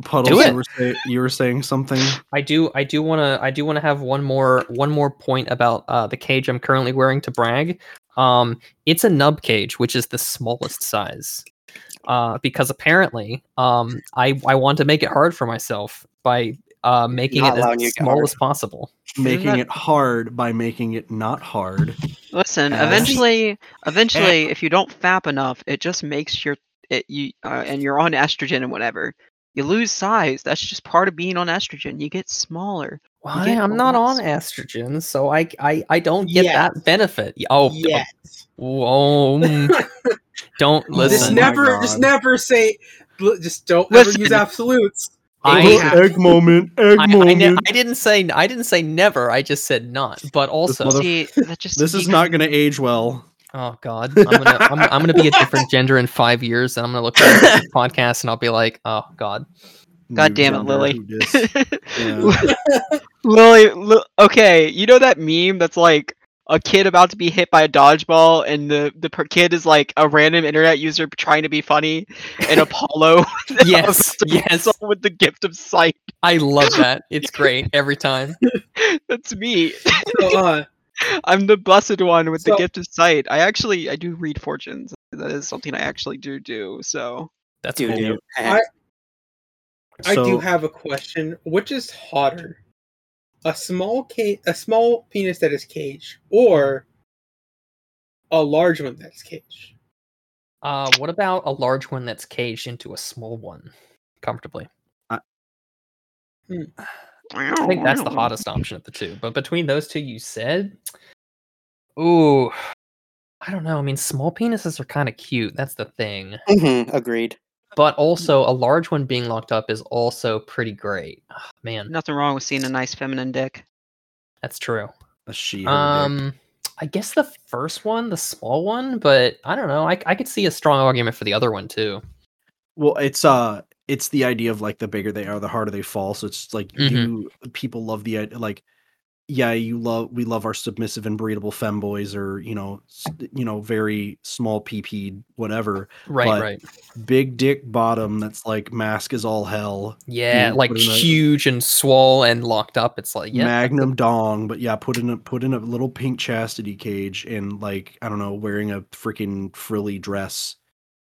Speaker 3: Puddles,
Speaker 6: it.
Speaker 3: you were, say, you were saying something.
Speaker 6: I do. I do want to. I do want to have one more. One more point about uh, the cage I'm currently wearing to brag. Um, it's a nub cage, which is the smallest size. Uh, because apparently, um, I I want to make it hard for myself by uh making
Speaker 4: Not
Speaker 6: it
Speaker 4: allowing you
Speaker 6: as
Speaker 4: to get
Speaker 6: small
Speaker 4: hard.
Speaker 6: as possible.
Speaker 3: Making
Speaker 2: that-
Speaker 3: it hard by making it not hard.
Speaker 2: Listen,
Speaker 3: Uh,
Speaker 2: eventually, eventually, if you don't fap enough, it just makes your it you uh, and you're on estrogen and whatever. You lose size. That's just part of being on estrogen. You get smaller.
Speaker 6: Why?
Speaker 2: get
Speaker 6: I'm not on
Speaker 2: lost.
Speaker 6: estrogen, so I I, I don't get
Speaker 5: Yes.
Speaker 6: that benefit. Y- Oh, yeah.
Speaker 5: Yes.
Speaker 6: whoa! mm. don't
Speaker 5: Just
Speaker 6: listen.
Speaker 3: now-
Speaker 5: never,
Speaker 3: God.
Speaker 5: just never say. l- Just don't ever
Speaker 2: Listen.
Speaker 5: use absolutes.
Speaker 6: I,
Speaker 2: Hey,
Speaker 6: have-
Speaker 3: egg moment, egg
Speaker 6: I, I ne-
Speaker 3: moment.
Speaker 6: I didn't say I didn't say never. I just said not. But also,
Speaker 3: mother-
Speaker 2: See, that just
Speaker 3: (laughs) this is
Speaker 2: dec-
Speaker 3: not going to age well.
Speaker 6: oh god, I'm gonna I'm, I'm gonna be a different gender in five years, and I'm gonna look at this (laughs) podcast and I'll be like, oh god.
Speaker 2: God
Speaker 3: You
Speaker 2: damn it,
Speaker 3: gender
Speaker 2: Lily.
Speaker 3: who dis-
Speaker 2: (laughs)
Speaker 3: (laughs) Yeah.
Speaker 6: (laughs)
Speaker 2: Lily, li- okay, you know that meme that's like a kid about to be hit by a dodgeball, and the the per- kid is like a random internet user trying to be funny, and Apollo (laughs)
Speaker 6: Yes, (laughs) yes,
Speaker 2: with the gift of sight. (laughs)
Speaker 6: I love that. It's great every time.
Speaker 2: That's me.
Speaker 5: So, uh,
Speaker 2: I'm the blessed one with the
Speaker 5: So-
Speaker 2: gift of sight. I actually I do read fortunes. That is something I actually do do. So
Speaker 6: That's
Speaker 4: dude. (laughs)
Speaker 6: cool.
Speaker 3: you-
Speaker 4: eh.
Speaker 5: I do
Speaker 3: So-
Speaker 5: have a question. Which is hotter, a small ca- a small penis that is caged, or a large one that's caged?
Speaker 6: Uh, what about a large one that's caged into a small one, comfortably? I think that's the hottest option of the two. But between those two, you said, ooh, I don't know. I mean, small penises are kind of cute. That's the thing.
Speaker 4: Mhm,
Speaker 5: mm-hmm,
Speaker 4: agreed.
Speaker 6: But also, a large one being locked up is also pretty great. Ah, man,
Speaker 2: Nothing wrong with seeing a nice feminine dick.
Speaker 6: that's true.
Speaker 3: A she. Um,
Speaker 6: Um, I guess the first one, the small one, but I don't know. I I could see a strong argument for the other one too.
Speaker 3: well, it's uh, it's the idea of like the bigger they are, the harder they fall. So it's like
Speaker 6: Mhm.
Speaker 2: Mm-hmm.
Speaker 3: you people love the i- like, yeah, you love we love our submissive and breedable femboys or you know, s- you know, very small PP whatever.
Speaker 6: Right,
Speaker 3: But-
Speaker 6: right.
Speaker 3: big dick bottom that's like mask is all hell
Speaker 6: Yeah,
Speaker 3: you
Speaker 6: like
Speaker 3: put in a-
Speaker 6: huge and swole and locked up. It's like yeah,
Speaker 3: magnum dong but yeah put in a put in a little pink chastity cage and like i don't know wearing a freaking frilly dress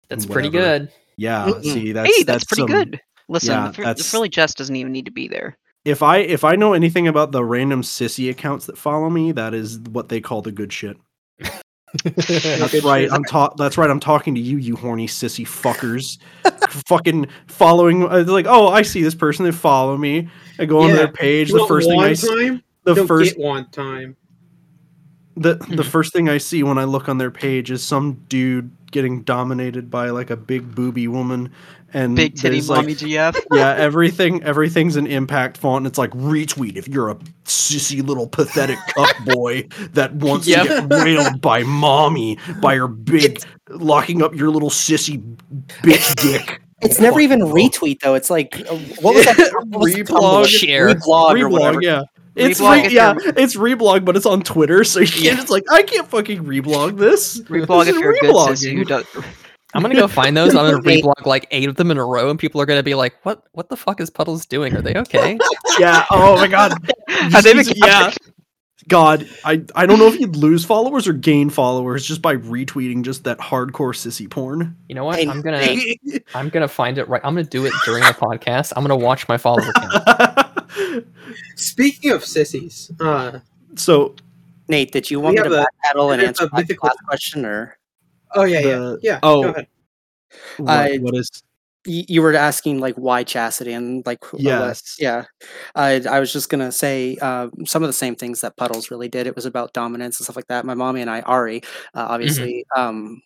Speaker 6: that's
Speaker 3: and
Speaker 6: pretty
Speaker 3: whatever.
Speaker 6: good.
Speaker 3: Yeah,
Speaker 2: Mm-mm.
Speaker 3: see, that's
Speaker 2: hey, that's, pretty
Speaker 3: some-
Speaker 2: good. Listen,
Speaker 3: yeah,
Speaker 2: the, fr- the
Speaker 3: that's-
Speaker 2: frilly chest doesn't even need to be there.
Speaker 3: If I if I know anything about the random sissy accounts that follow me, that is what they call the good shit. That's
Speaker 5: Good
Speaker 3: right.
Speaker 5: shit.
Speaker 3: I'm ta- That's right. I'm talking to you, you horny sissy fuckers. (laughs) Fucking following. uh, Like, oh, I see this person. They follow me. I go on
Speaker 5: Yeah.
Speaker 3: their page.
Speaker 5: You
Speaker 3: The
Speaker 5: want
Speaker 3: first thing I
Speaker 5: one
Speaker 3: see,
Speaker 5: time,
Speaker 3: the
Speaker 5: don't
Speaker 3: first
Speaker 5: get one time.
Speaker 3: the
Speaker 5: (laughs)
Speaker 3: the first thing I see when I look on their page is some dude getting dominated by like a big booby woman
Speaker 5: Mm,
Speaker 3: and
Speaker 2: Big titty
Speaker 3: there's,
Speaker 2: mommy
Speaker 5: (laughs)
Speaker 3: like,
Speaker 2: GF.
Speaker 3: yeah, everything everything's an impact font. and It's like retweet if you're a sissy little
Speaker 2: (laughs)
Speaker 3: pathetic cuck boy that wants to
Speaker 6: Yep.
Speaker 3: get railed by mommy by her big locking up your little sissy bitch dick.
Speaker 4: It's never even
Speaker 3: Fuck.
Speaker 4: retweet though. It's like uh, what was that? what was the Tumblr?
Speaker 6: Reblog. Share.
Speaker 4: reblog, or whatever.
Speaker 3: Reblog, yeah. It's
Speaker 2: Reblog
Speaker 3: re-
Speaker 2: is
Speaker 3: yeah,
Speaker 2: your-
Speaker 3: it's reblog, but it's on Twitter, so you can't,
Speaker 6: Yeah.
Speaker 3: it's like I can't fucking reblog this.
Speaker 2: Reblog
Speaker 3: This
Speaker 2: if
Speaker 3: is
Speaker 2: you're a good sissy who
Speaker 3: reblogging.
Speaker 5: (laughs)
Speaker 2: does.
Speaker 6: I'm gonna go find those. I'm gonna
Speaker 4: Eight.
Speaker 6: reblog like eight of them in a row, and people are gonna be like, "What? What the fuck is Puddles doing? Are they okay?"
Speaker 3: Yeah. Oh my
Speaker 2: (laughs)
Speaker 3: god.
Speaker 2: Have they been
Speaker 3: Jesus, yeah. God, I I don't know if you'd lose followers or gain followers just by retweeting just that hardcore sissy porn.
Speaker 6: You know what?
Speaker 4: Hey,
Speaker 6: I'm gonna I'm gonna find it right. I'm gonna do it during the podcast. I'm gonna watch my follower count.
Speaker 5: Speaking of sissies, uh,
Speaker 3: (laughs) so
Speaker 4: Nate, did you want
Speaker 5: We
Speaker 4: me to
Speaker 5: have
Speaker 4: backpedal and
Speaker 5: we have
Speaker 4: answer
Speaker 5: a
Speaker 4: that
Speaker 5: mythical-
Speaker 4: last question, or
Speaker 5: oh yeah,
Speaker 3: The-
Speaker 5: yeah, yeah.
Speaker 3: oh.
Speaker 5: go ahead.
Speaker 3: what,
Speaker 4: I-
Speaker 3: what is
Speaker 4: y- you were asking like why chastity and like wh- uh, what-
Speaker 3: Yes.
Speaker 4: yeah. I I was just gonna say uh, some of the same things that Puddles really did. It was about dominance and stuff like that. My mommy and I, Ari, uh,
Speaker 2: Mm-hmm.
Speaker 4: obviously. Um,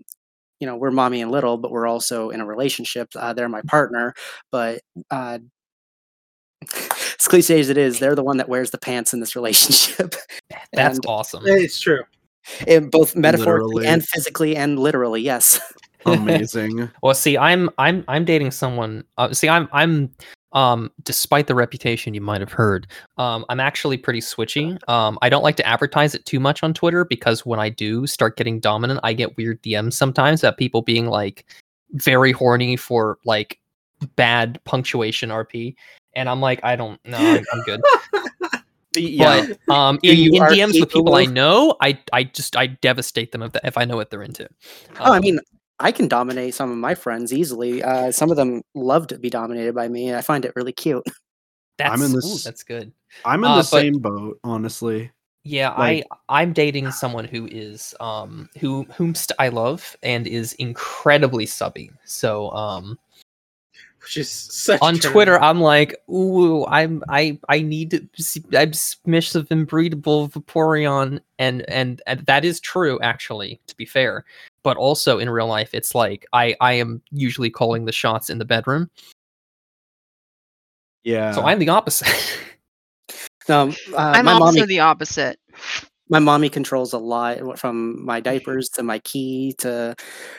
Speaker 4: you know, we're mommy and little, but we're also in a relationship. Uh, they're my partner, but uh, (laughs) as cliche as it is, they're the one that wears the pants in this relationship. (laughs)
Speaker 6: That's
Speaker 4: And-
Speaker 6: awesome.
Speaker 5: It's true.
Speaker 4: in both metaphorically
Speaker 3: Literally.
Speaker 4: and physically and literally yes
Speaker 3: (laughs)
Speaker 4: (laughs)
Speaker 3: amazing?
Speaker 6: Well, see, I'm I'm I'm dating someone. Uh, see, I'm I'm um despite the reputation you might have heard, um I'm actually pretty switchy. Um I don't like to advertise it too much on Twitter because when I do start getting dominant, I get weird DMs sometimes about people being like very horny for like bad punctuation RP and I'm like I don't know, I'm, I'm good.
Speaker 3: yeah.
Speaker 6: But um in,
Speaker 4: you
Speaker 6: in
Speaker 4: are
Speaker 6: DMs with people I
Speaker 4: capable.
Speaker 6: know, I I just I devastate them if, if I know what they're into.
Speaker 4: oh
Speaker 2: Uh-huh.
Speaker 4: i
Speaker 6: Um,
Speaker 4: mean i can dominate some of my friends easily uh, some of them love to be dominated by me and i find it really cute (laughs)
Speaker 6: that's
Speaker 3: I'm in
Speaker 6: ooh,
Speaker 3: this-
Speaker 6: that's good.
Speaker 3: I'm in
Speaker 6: uh,
Speaker 3: the
Speaker 6: but-
Speaker 3: same boat, honestly.
Speaker 6: Yeah,
Speaker 3: Like-
Speaker 6: I I'm dating someone who is um who whomst I love and is incredibly subby. So um
Speaker 5: Which is such
Speaker 6: on
Speaker 5: a turn.
Speaker 6: Twitter I'm like, ooh, I'm I I need to s- I'm smish of inbreedable Vaporeon and, and and that is true actually, to be fair. But also in real life it's like I I am usually calling the shots in the bedroom.
Speaker 3: Yeah.
Speaker 6: So I'm the opposite. (laughs)
Speaker 4: um, uh,
Speaker 2: I'm
Speaker 4: my,
Speaker 2: also
Speaker 4: mommy,
Speaker 2: the opposite.
Speaker 4: my mommy controls a lot w- from my diapers to my key to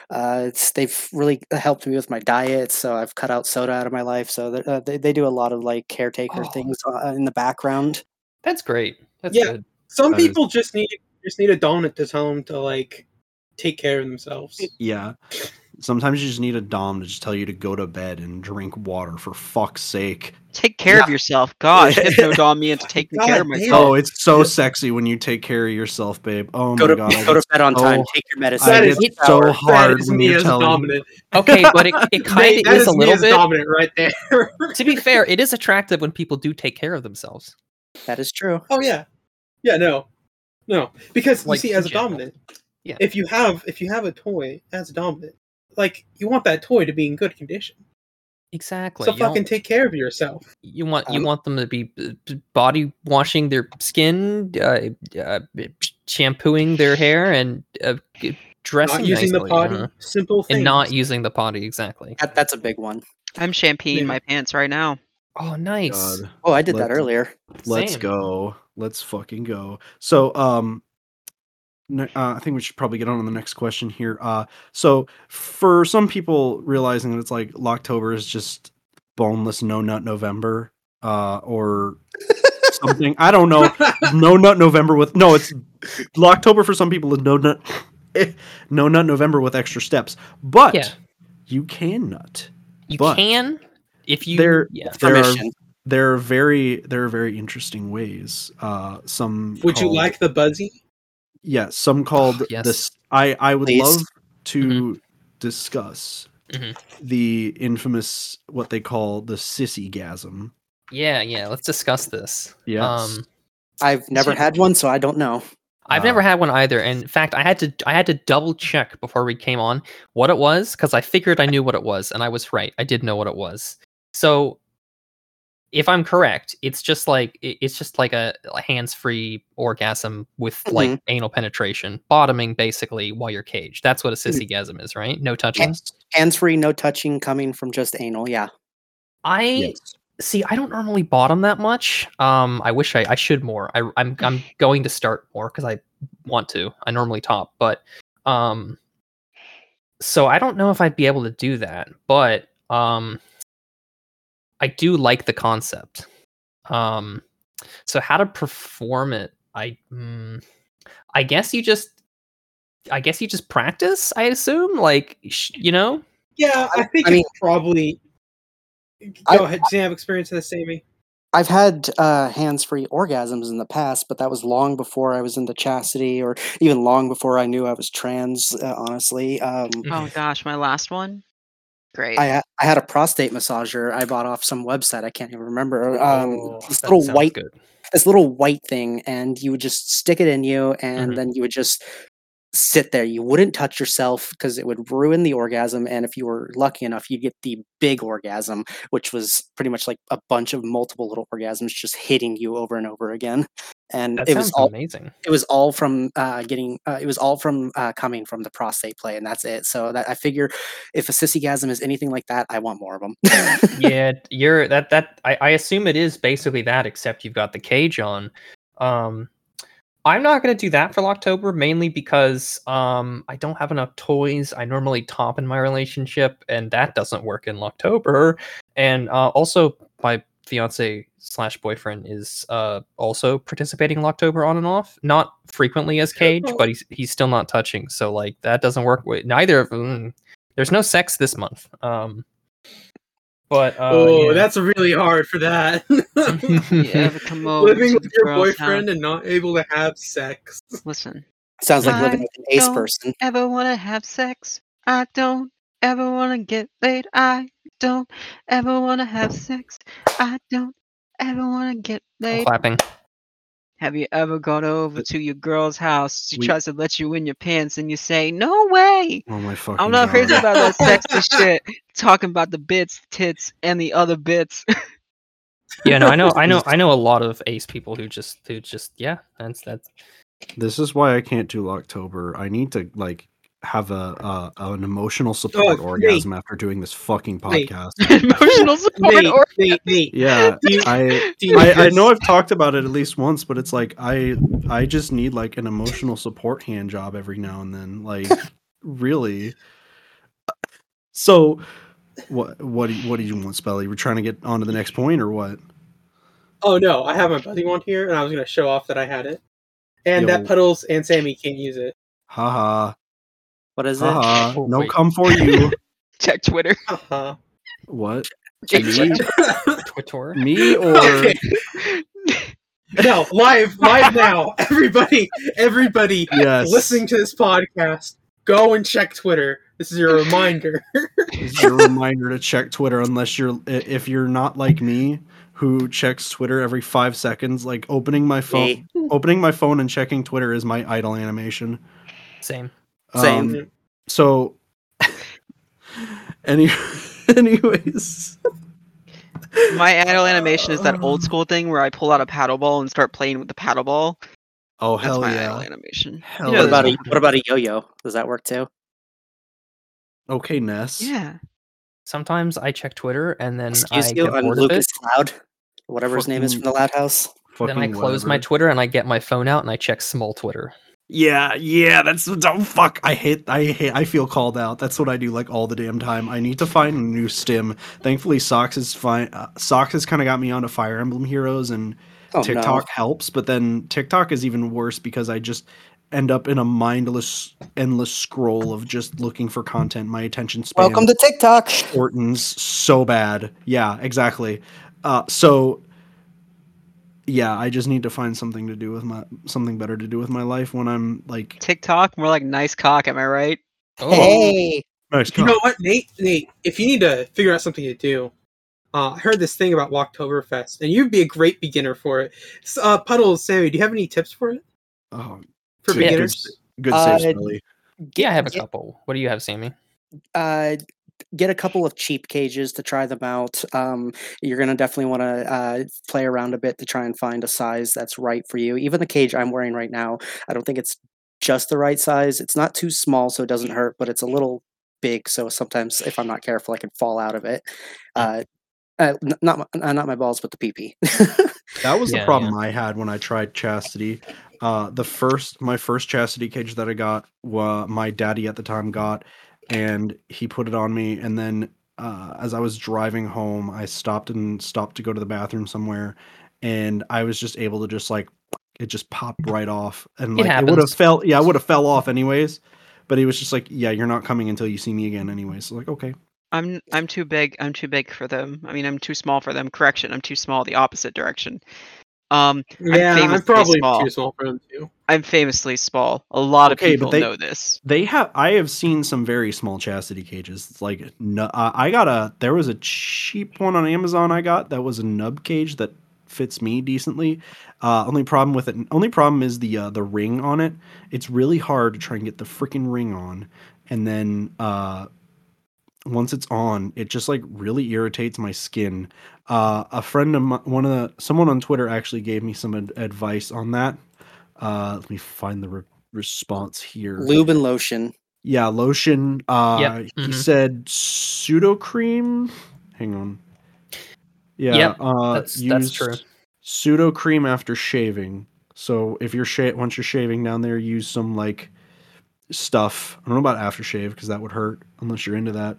Speaker 4: uh, it's, they've really helped me with my diet so i've cut out soda out of my life so th- uh, they, they do a lot of like caretaker
Speaker 6: Oh.
Speaker 4: things uh, in the background
Speaker 6: that's great. That's
Speaker 5: Yeah.
Speaker 6: good.
Speaker 5: Some
Speaker 3: That is-
Speaker 5: people just need just need a donut to tell them to like take care of themselves.
Speaker 3: yeah. Sometimes you just need a dom to just tell you to go to bed and drink water for fuck's sake.
Speaker 2: Take care of yourself. Gosh, (laughs) hypnodom me into taking care of
Speaker 5: God damn.
Speaker 2: myself.
Speaker 3: Oh, it's so sexy when you take care of yourself, babe. Oh
Speaker 4: go
Speaker 3: my
Speaker 4: to
Speaker 3: god. I
Speaker 4: go to
Speaker 3: get-
Speaker 4: bed on time
Speaker 3: oh,
Speaker 4: take your
Speaker 3: I
Speaker 4: medicine
Speaker 5: That
Speaker 3: get
Speaker 5: is
Speaker 3: so
Speaker 5: That
Speaker 3: hard
Speaker 5: is
Speaker 3: when
Speaker 5: me
Speaker 3: you're
Speaker 5: as
Speaker 3: telling
Speaker 5: dominant.
Speaker 6: Okay, but it,
Speaker 5: (laughs)
Speaker 6: it
Speaker 5: Nate,
Speaker 6: kind
Speaker 5: that
Speaker 6: of is a
Speaker 5: me
Speaker 6: little
Speaker 5: as
Speaker 6: bit
Speaker 5: dominant right there.
Speaker 6: to be fair, it is attractive when people do take care of themselves.
Speaker 4: that is true
Speaker 5: (laughs) oh yeah, yeah. No, no. Because
Speaker 6: Like,
Speaker 5: you see,
Speaker 6: in
Speaker 5: as a
Speaker 6: general.
Speaker 5: dominant,
Speaker 6: Yeah.
Speaker 5: If you have if you have a toy as a dominant, like you want that toy to be in good condition.
Speaker 6: Exactly.
Speaker 5: so
Speaker 6: you
Speaker 5: fucking
Speaker 6: don't-
Speaker 5: take care of yourself.
Speaker 6: you want you
Speaker 4: Um,
Speaker 6: want them to be b- b- body washing their skin, uh, uh, b- shampooing their hair, and uh, g- dressing
Speaker 5: Not using the
Speaker 6: nicely,
Speaker 5: potty.
Speaker 6: uh,
Speaker 5: Simple things.
Speaker 6: and not
Speaker 5: (laughs)
Speaker 6: using the potty exactly.
Speaker 4: that, that's a big one.
Speaker 2: I'm champagne
Speaker 5: Yeah.
Speaker 2: in my pants right now.
Speaker 6: Oh, nice.
Speaker 3: God,
Speaker 4: Oh, I did that
Speaker 3: Let's-
Speaker 4: earlier.
Speaker 3: let's
Speaker 6: Same.
Speaker 3: go. Let's fucking go. So, um, ne- uh, I think we should probably get on to the next question here. Uh, so for some people realizing that it's like Locktober is just boneless no nut November, uh, or something. I don't know. no nut November with no. It's Locktober for some people is no nut, (laughs) no nut November with extra steps. But
Speaker 6: Yeah.
Speaker 3: you can nut.
Speaker 6: You
Speaker 3: but
Speaker 6: can if you.
Speaker 3: there-
Speaker 6: yeah.
Speaker 3: There are-
Speaker 4: Permission.
Speaker 3: There are very there are very interesting ways. Uh, some
Speaker 5: Would
Speaker 6: Oh.
Speaker 5: you
Speaker 3: called-
Speaker 5: like the buzzy?
Speaker 3: Yeah, some called
Speaker 6: yes. Mm-hmm.
Speaker 3: this. I I would
Speaker 4: Please.
Speaker 3: love to discuss
Speaker 6: Mhm.
Speaker 3: the infamous what they call the sissy gasm.
Speaker 6: Yeah, yeah. Let's discuss this.
Speaker 3: Yes.
Speaker 6: Um,
Speaker 4: I've never
Speaker 6: So-
Speaker 4: had one, so I don't know.
Speaker 6: I've
Speaker 3: Ah.
Speaker 6: never had one either. And in fact, I had to I had to double check before we came on what it was because I figured I knew what it was, and I was right. I did know what it was. So, if I'm correct, it's just like i- it's just like a, a hands-free orgasm with like anal penetration, bottoming basically while you're caged. That's what a sissygasm is, right? No touching.
Speaker 4: Hands free, no touching, coming from just anal. Yeah.
Speaker 6: I
Speaker 3: Yes.
Speaker 6: see i don't normally bottom that much um i wish i i should more I, i'm (laughs) i'm going to start more because i want to i normally top but um so i don't know if i'd be able to do that but um i do like the concept um so how to perform it i mm, i guess you just i guess you just practice i assume like sh- you know
Speaker 5: Yeah, I think
Speaker 4: I mean-
Speaker 5: it's probably.
Speaker 4: I-
Speaker 5: Go ahead. Do you have experience with this, Sammy?
Speaker 4: I've had uh, hands free orgasms in the past, but that was long before I was into chastity or even long before I knew I was trans, uh, honestly. Um,
Speaker 6: Mm.
Speaker 5: (laughs)
Speaker 6: Mm-hmm.
Speaker 2: Oh gosh, my last one. Great.
Speaker 4: I, ha- I had a prostate massager I bought off some website. I can't even remember. Um,
Speaker 6: Oh,
Speaker 4: this
Speaker 6: that
Speaker 4: little
Speaker 6: sounds
Speaker 4: white
Speaker 6: good.
Speaker 4: this little white thing and you would just stick it in you and
Speaker 6: Mhm.
Speaker 4: then you would just sit there you wouldn't touch yourself because it would ruin the orgasm and if you were lucky enough you'd get the big orgasm which was pretty much like a bunch of multiple little orgasms just hitting you over and over again and
Speaker 6: that
Speaker 4: it
Speaker 6: sounds
Speaker 4: was all
Speaker 6: amazing
Speaker 4: it was all from uh, getting uh, it was all from uh, coming from the prostate play and that's it so that i figure if a sissygasm is anything like that i want more of them
Speaker 6: yeah, you're that that I, I assume it is basically that, except you've got the cage on. Um I'm not gonna do that for Locktober, mainly because um I don't have enough toys. I normally top in my relationship, and that doesn't work in Locktober. And uh also my fiance slash boyfriend is uh also participating in Locktober on and off. Not frequently as Cage, but he's he's still not touching. So like that doesn't work with neither of mm, them. There's no sex this month. Um but uh,
Speaker 5: oh,
Speaker 6: yeah.
Speaker 5: that's really hard for that.
Speaker 2: (laughs)
Speaker 6: (laughs)
Speaker 5: (laughs)
Speaker 2: yeah, but come over
Speaker 5: Living
Speaker 2: to
Speaker 5: with your
Speaker 2: girl's house.
Speaker 5: boyfriend and not able to have sex.
Speaker 2: Listen,
Speaker 4: (laughs) sounds like living
Speaker 2: I
Speaker 4: with an ace
Speaker 2: don't
Speaker 4: person
Speaker 2: ever want to have sex? I don't ever want to get laid. I don't ever want to have sex. I don't ever want to get
Speaker 6: I'm
Speaker 2: laid.
Speaker 6: clapping.
Speaker 2: Have you ever gone over to your girl's house? She
Speaker 3: We-
Speaker 2: tries to let you in your pants, and you say, "No way."
Speaker 3: Oh my fucking
Speaker 2: I'm not crazy
Speaker 3: God.
Speaker 2: about
Speaker 3: (laughs)
Speaker 2: that sexy shit. Talking about the bits, tits, and the other bits. (laughs)
Speaker 6: Yeah, no, I know, I know, I know a lot of ace people who just, who just, yeah, that's that's.
Speaker 3: This is why I can't do Locktober. I need to like have a uh, an emotional
Speaker 5: Oh,
Speaker 3: support
Speaker 5: Nate.
Speaker 3: orgasm after doing this fucking
Speaker 5: Nate.
Speaker 3: podcast.
Speaker 2: Emotional
Speaker 3: (laughs)
Speaker 2: support.
Speaker 5: Nate,
Speaker 2: Or-
Speaker 5: Nate, Nate,
Speaker 3: Yeah,
Speaker 5: do you-
Speaker 3: I
Speaker 5: do you
Speaker 3: I, I
Speaker 5: just-
Speaker 3: know I've talked about it at least once, but it's like I I just need like an emotional support hand job every now and then. Like really. So what what do you, what do you want, Spelly? We're trying to get on to the next point or what?
Speaker 5: Oh no, I have my buddy one here, and I was gonna show off that I had it. And
Speaker 3: Yo.
Speaker 5: that puddles and Sammy can't use it.
Speaker 3: Haha.
Speaker 4: what is it
Speaker 3: Haha.
Speaker 6: Oh,
Speaker 3: no
Speaker 6: wait.
Speaker 3: come for you.
Speaker 2: Check Twitter.
Speaker 5: Uh-huh.
Speaker 3: What?
Speaker 6: Check
Speaker 3: Me?
Speaker 6: Twitter.
Speaker 3: Me or
Speaker 5: Okay. No, live, live now, (laughs) everybody, everybody
Speaker 3: yes.
Speaker 5: listening to this podcast, go and check Twitter. This is your
Speaker 3: Um,
Speaker 5: reminder.
Speaker 3: This is a reminder to check Twitter unless you're i- if you're not like me who checks Twitter every 5 seconds like opening my phone opening my phone and checking Twitter is my idle animation.
Speaker 6: Same.
Speaker 4: Same.
Speaker 3: Um, so (laughs) any (laughs) anyways
Speaker 2: My idle animation is that
Speaker 3: (sighs)
Speaker 2: old school thing where I pull out a paddle ball and start playing with the paddle ball.
Speaker 3: oh
Speaker 2: That's
Speaker 3: hell
Speaker 2: my
Speaker 3: yeah.
Speaker 2: idle animation.
Speaker 3: Hell
Speaker 2: know
Speaker 4: what
Speaker 2: there's
Speaker 4: about
Speaker 3: yeah.
Speaker 4: a what about a yo-yo? Does that work too?
Speaker 3: Okay, Ness.
Speaker 2: Yeah.
Speaker 6: Sometimes I check Twitter and then
Speaker 4: Excuse
Speaker 6: I
Speaker 4: you,
Speaker 6: get
Speaker 4: on
Speaker 6: bored of it.
Speaker 4: Lucas Loud, whatever his name is from
Speaker 3: Fucking-
Speaker 4: the Loud House.
Speaker 6: Then I
Speaker 3: Fucking
Speaker 6: close my
Speaker 3: whatever.
Speaker 6: Twitter and I get my phone out and I check small Twitter.
Speaker 3: Yeah, yeah, that's oh fuck. I hate I hate I feel called out. That's what I do like all the damn time. I need to find a new stim. Thankfully Socks is fine uh, Socks has kind of got me onto Fire Emblem Heroes and
Speaker 4: Oh
Speaker 3: TikTok helps, but then TikTok is even worse because I just end up in a mindless endless scroll of just looking for content. My attention
Speaker 4: no!
Speaker 3: span
Speaker 4: Welcome to TikTok.
Speaker 3: Orton's so bad. Yeah, exactly. Uh, so yeah, I just need to find something to do with my something better to do with my life when I'm like
Speaker 2: TikTok, more like nice cock, am I right?
Speaker 6: Oh,
Speaker 4: Hey,
Speaker 3: Nice.
Speaker 5: You know what, Nate? Nate, if you need to figure out something to do, uh, I heard this thing about Walktoberfest, and you'd be a great beginner for it. S- Uh, Puddles, Sammy, do you have any tips for it
Speaker 3: Oh,
Speaker 5: for
Speaker 3: good- good,
Speaker 5: beginners?
Speaker 3: s- good save,
Speaker 4: Uh,
Speaker 3: Smelly.
Speaker 6: Yeah, I have a
Speaker 4: Get-
Speaker 6: couple. What do you have, Sammy?
Speaker 4: uh, get a couple of cheap cages to try them out. Um, you're going to definitely want to uh, play around a bit to try and find a size that's right for you. Even the cage I'm wearing right now, I don't think it's just the right size. It's not too small, so it doesn't hurt, but it's a little big. So sometimes if I'm not careful, I can fall out of it. Uh, uh, n- not my, uh, not my balls, but the pee (laughs) pee.
Speaker 3: That was
Speaker 6: Yeah,
Speaker 3: the problem I had when I tried chastity. Uh, the first, my first chastity cage that I got, wa my daddy at the time got, and he put it on me. And then, uh, as I was driving home, I stopped and stopped to go to the bathroom somewhere, and I was just able to just like it just popped right off, and
Speaker 6: It
Speaker 3: like it, would have
Speaker 6: happens.
Speaker 3: fell. Yeah, I would have fell off anyways. But he was just like, "Yeah, you're not coming until you see me again." Anyways, so like, okay,
Speaker 2: I'm I'm too big. I'm too big for them. I mean, I'm too small for them. Correction, I'm too small the opposite direction. Um,
Speaker 5: Yeah, I'm,
Speaker 2: famously
Speaker 5: probably
Speaker 2: small.
Speaker 5: too small for them too.
Speaker 2: I'm famously small. A lot
Speaker 3: Okay, but
Speaker 2: of people
Speaker 3: they-
Speaker 2: know this.
Speaker 3: They have. I have seen some very small chastity cages. It's like nu- I I got a. There was a cheap one on Amazon I got that was a nub cage that fits me decently. Uh, only problem with it. Only problem is the uh, the ring on it. It's really hard to try and get the freaking ring on, and then uh, once it's on, it just like really irritates my skin. Uh, a friend of my, one of the someone on Twitter actually gave me some ad- advice on that. Uh, let me find the re- response here.
Speaker 4: Lube and lotion.
Speaker 3: Yeah, lotion. Uh,
Speaker 6: mhm.
Speaker 3: He said pseudo cream. Hang on. Yeah,
Speaker 6: Yep,
Speaker 3: uh,
Speaker 6: that's- that's true.
Speaker 3: Pseudo cream after shaving. So if you're sha- once you're shaving down there, use some like stuff. I don't know about aftershave because that would hurt unless you're into that.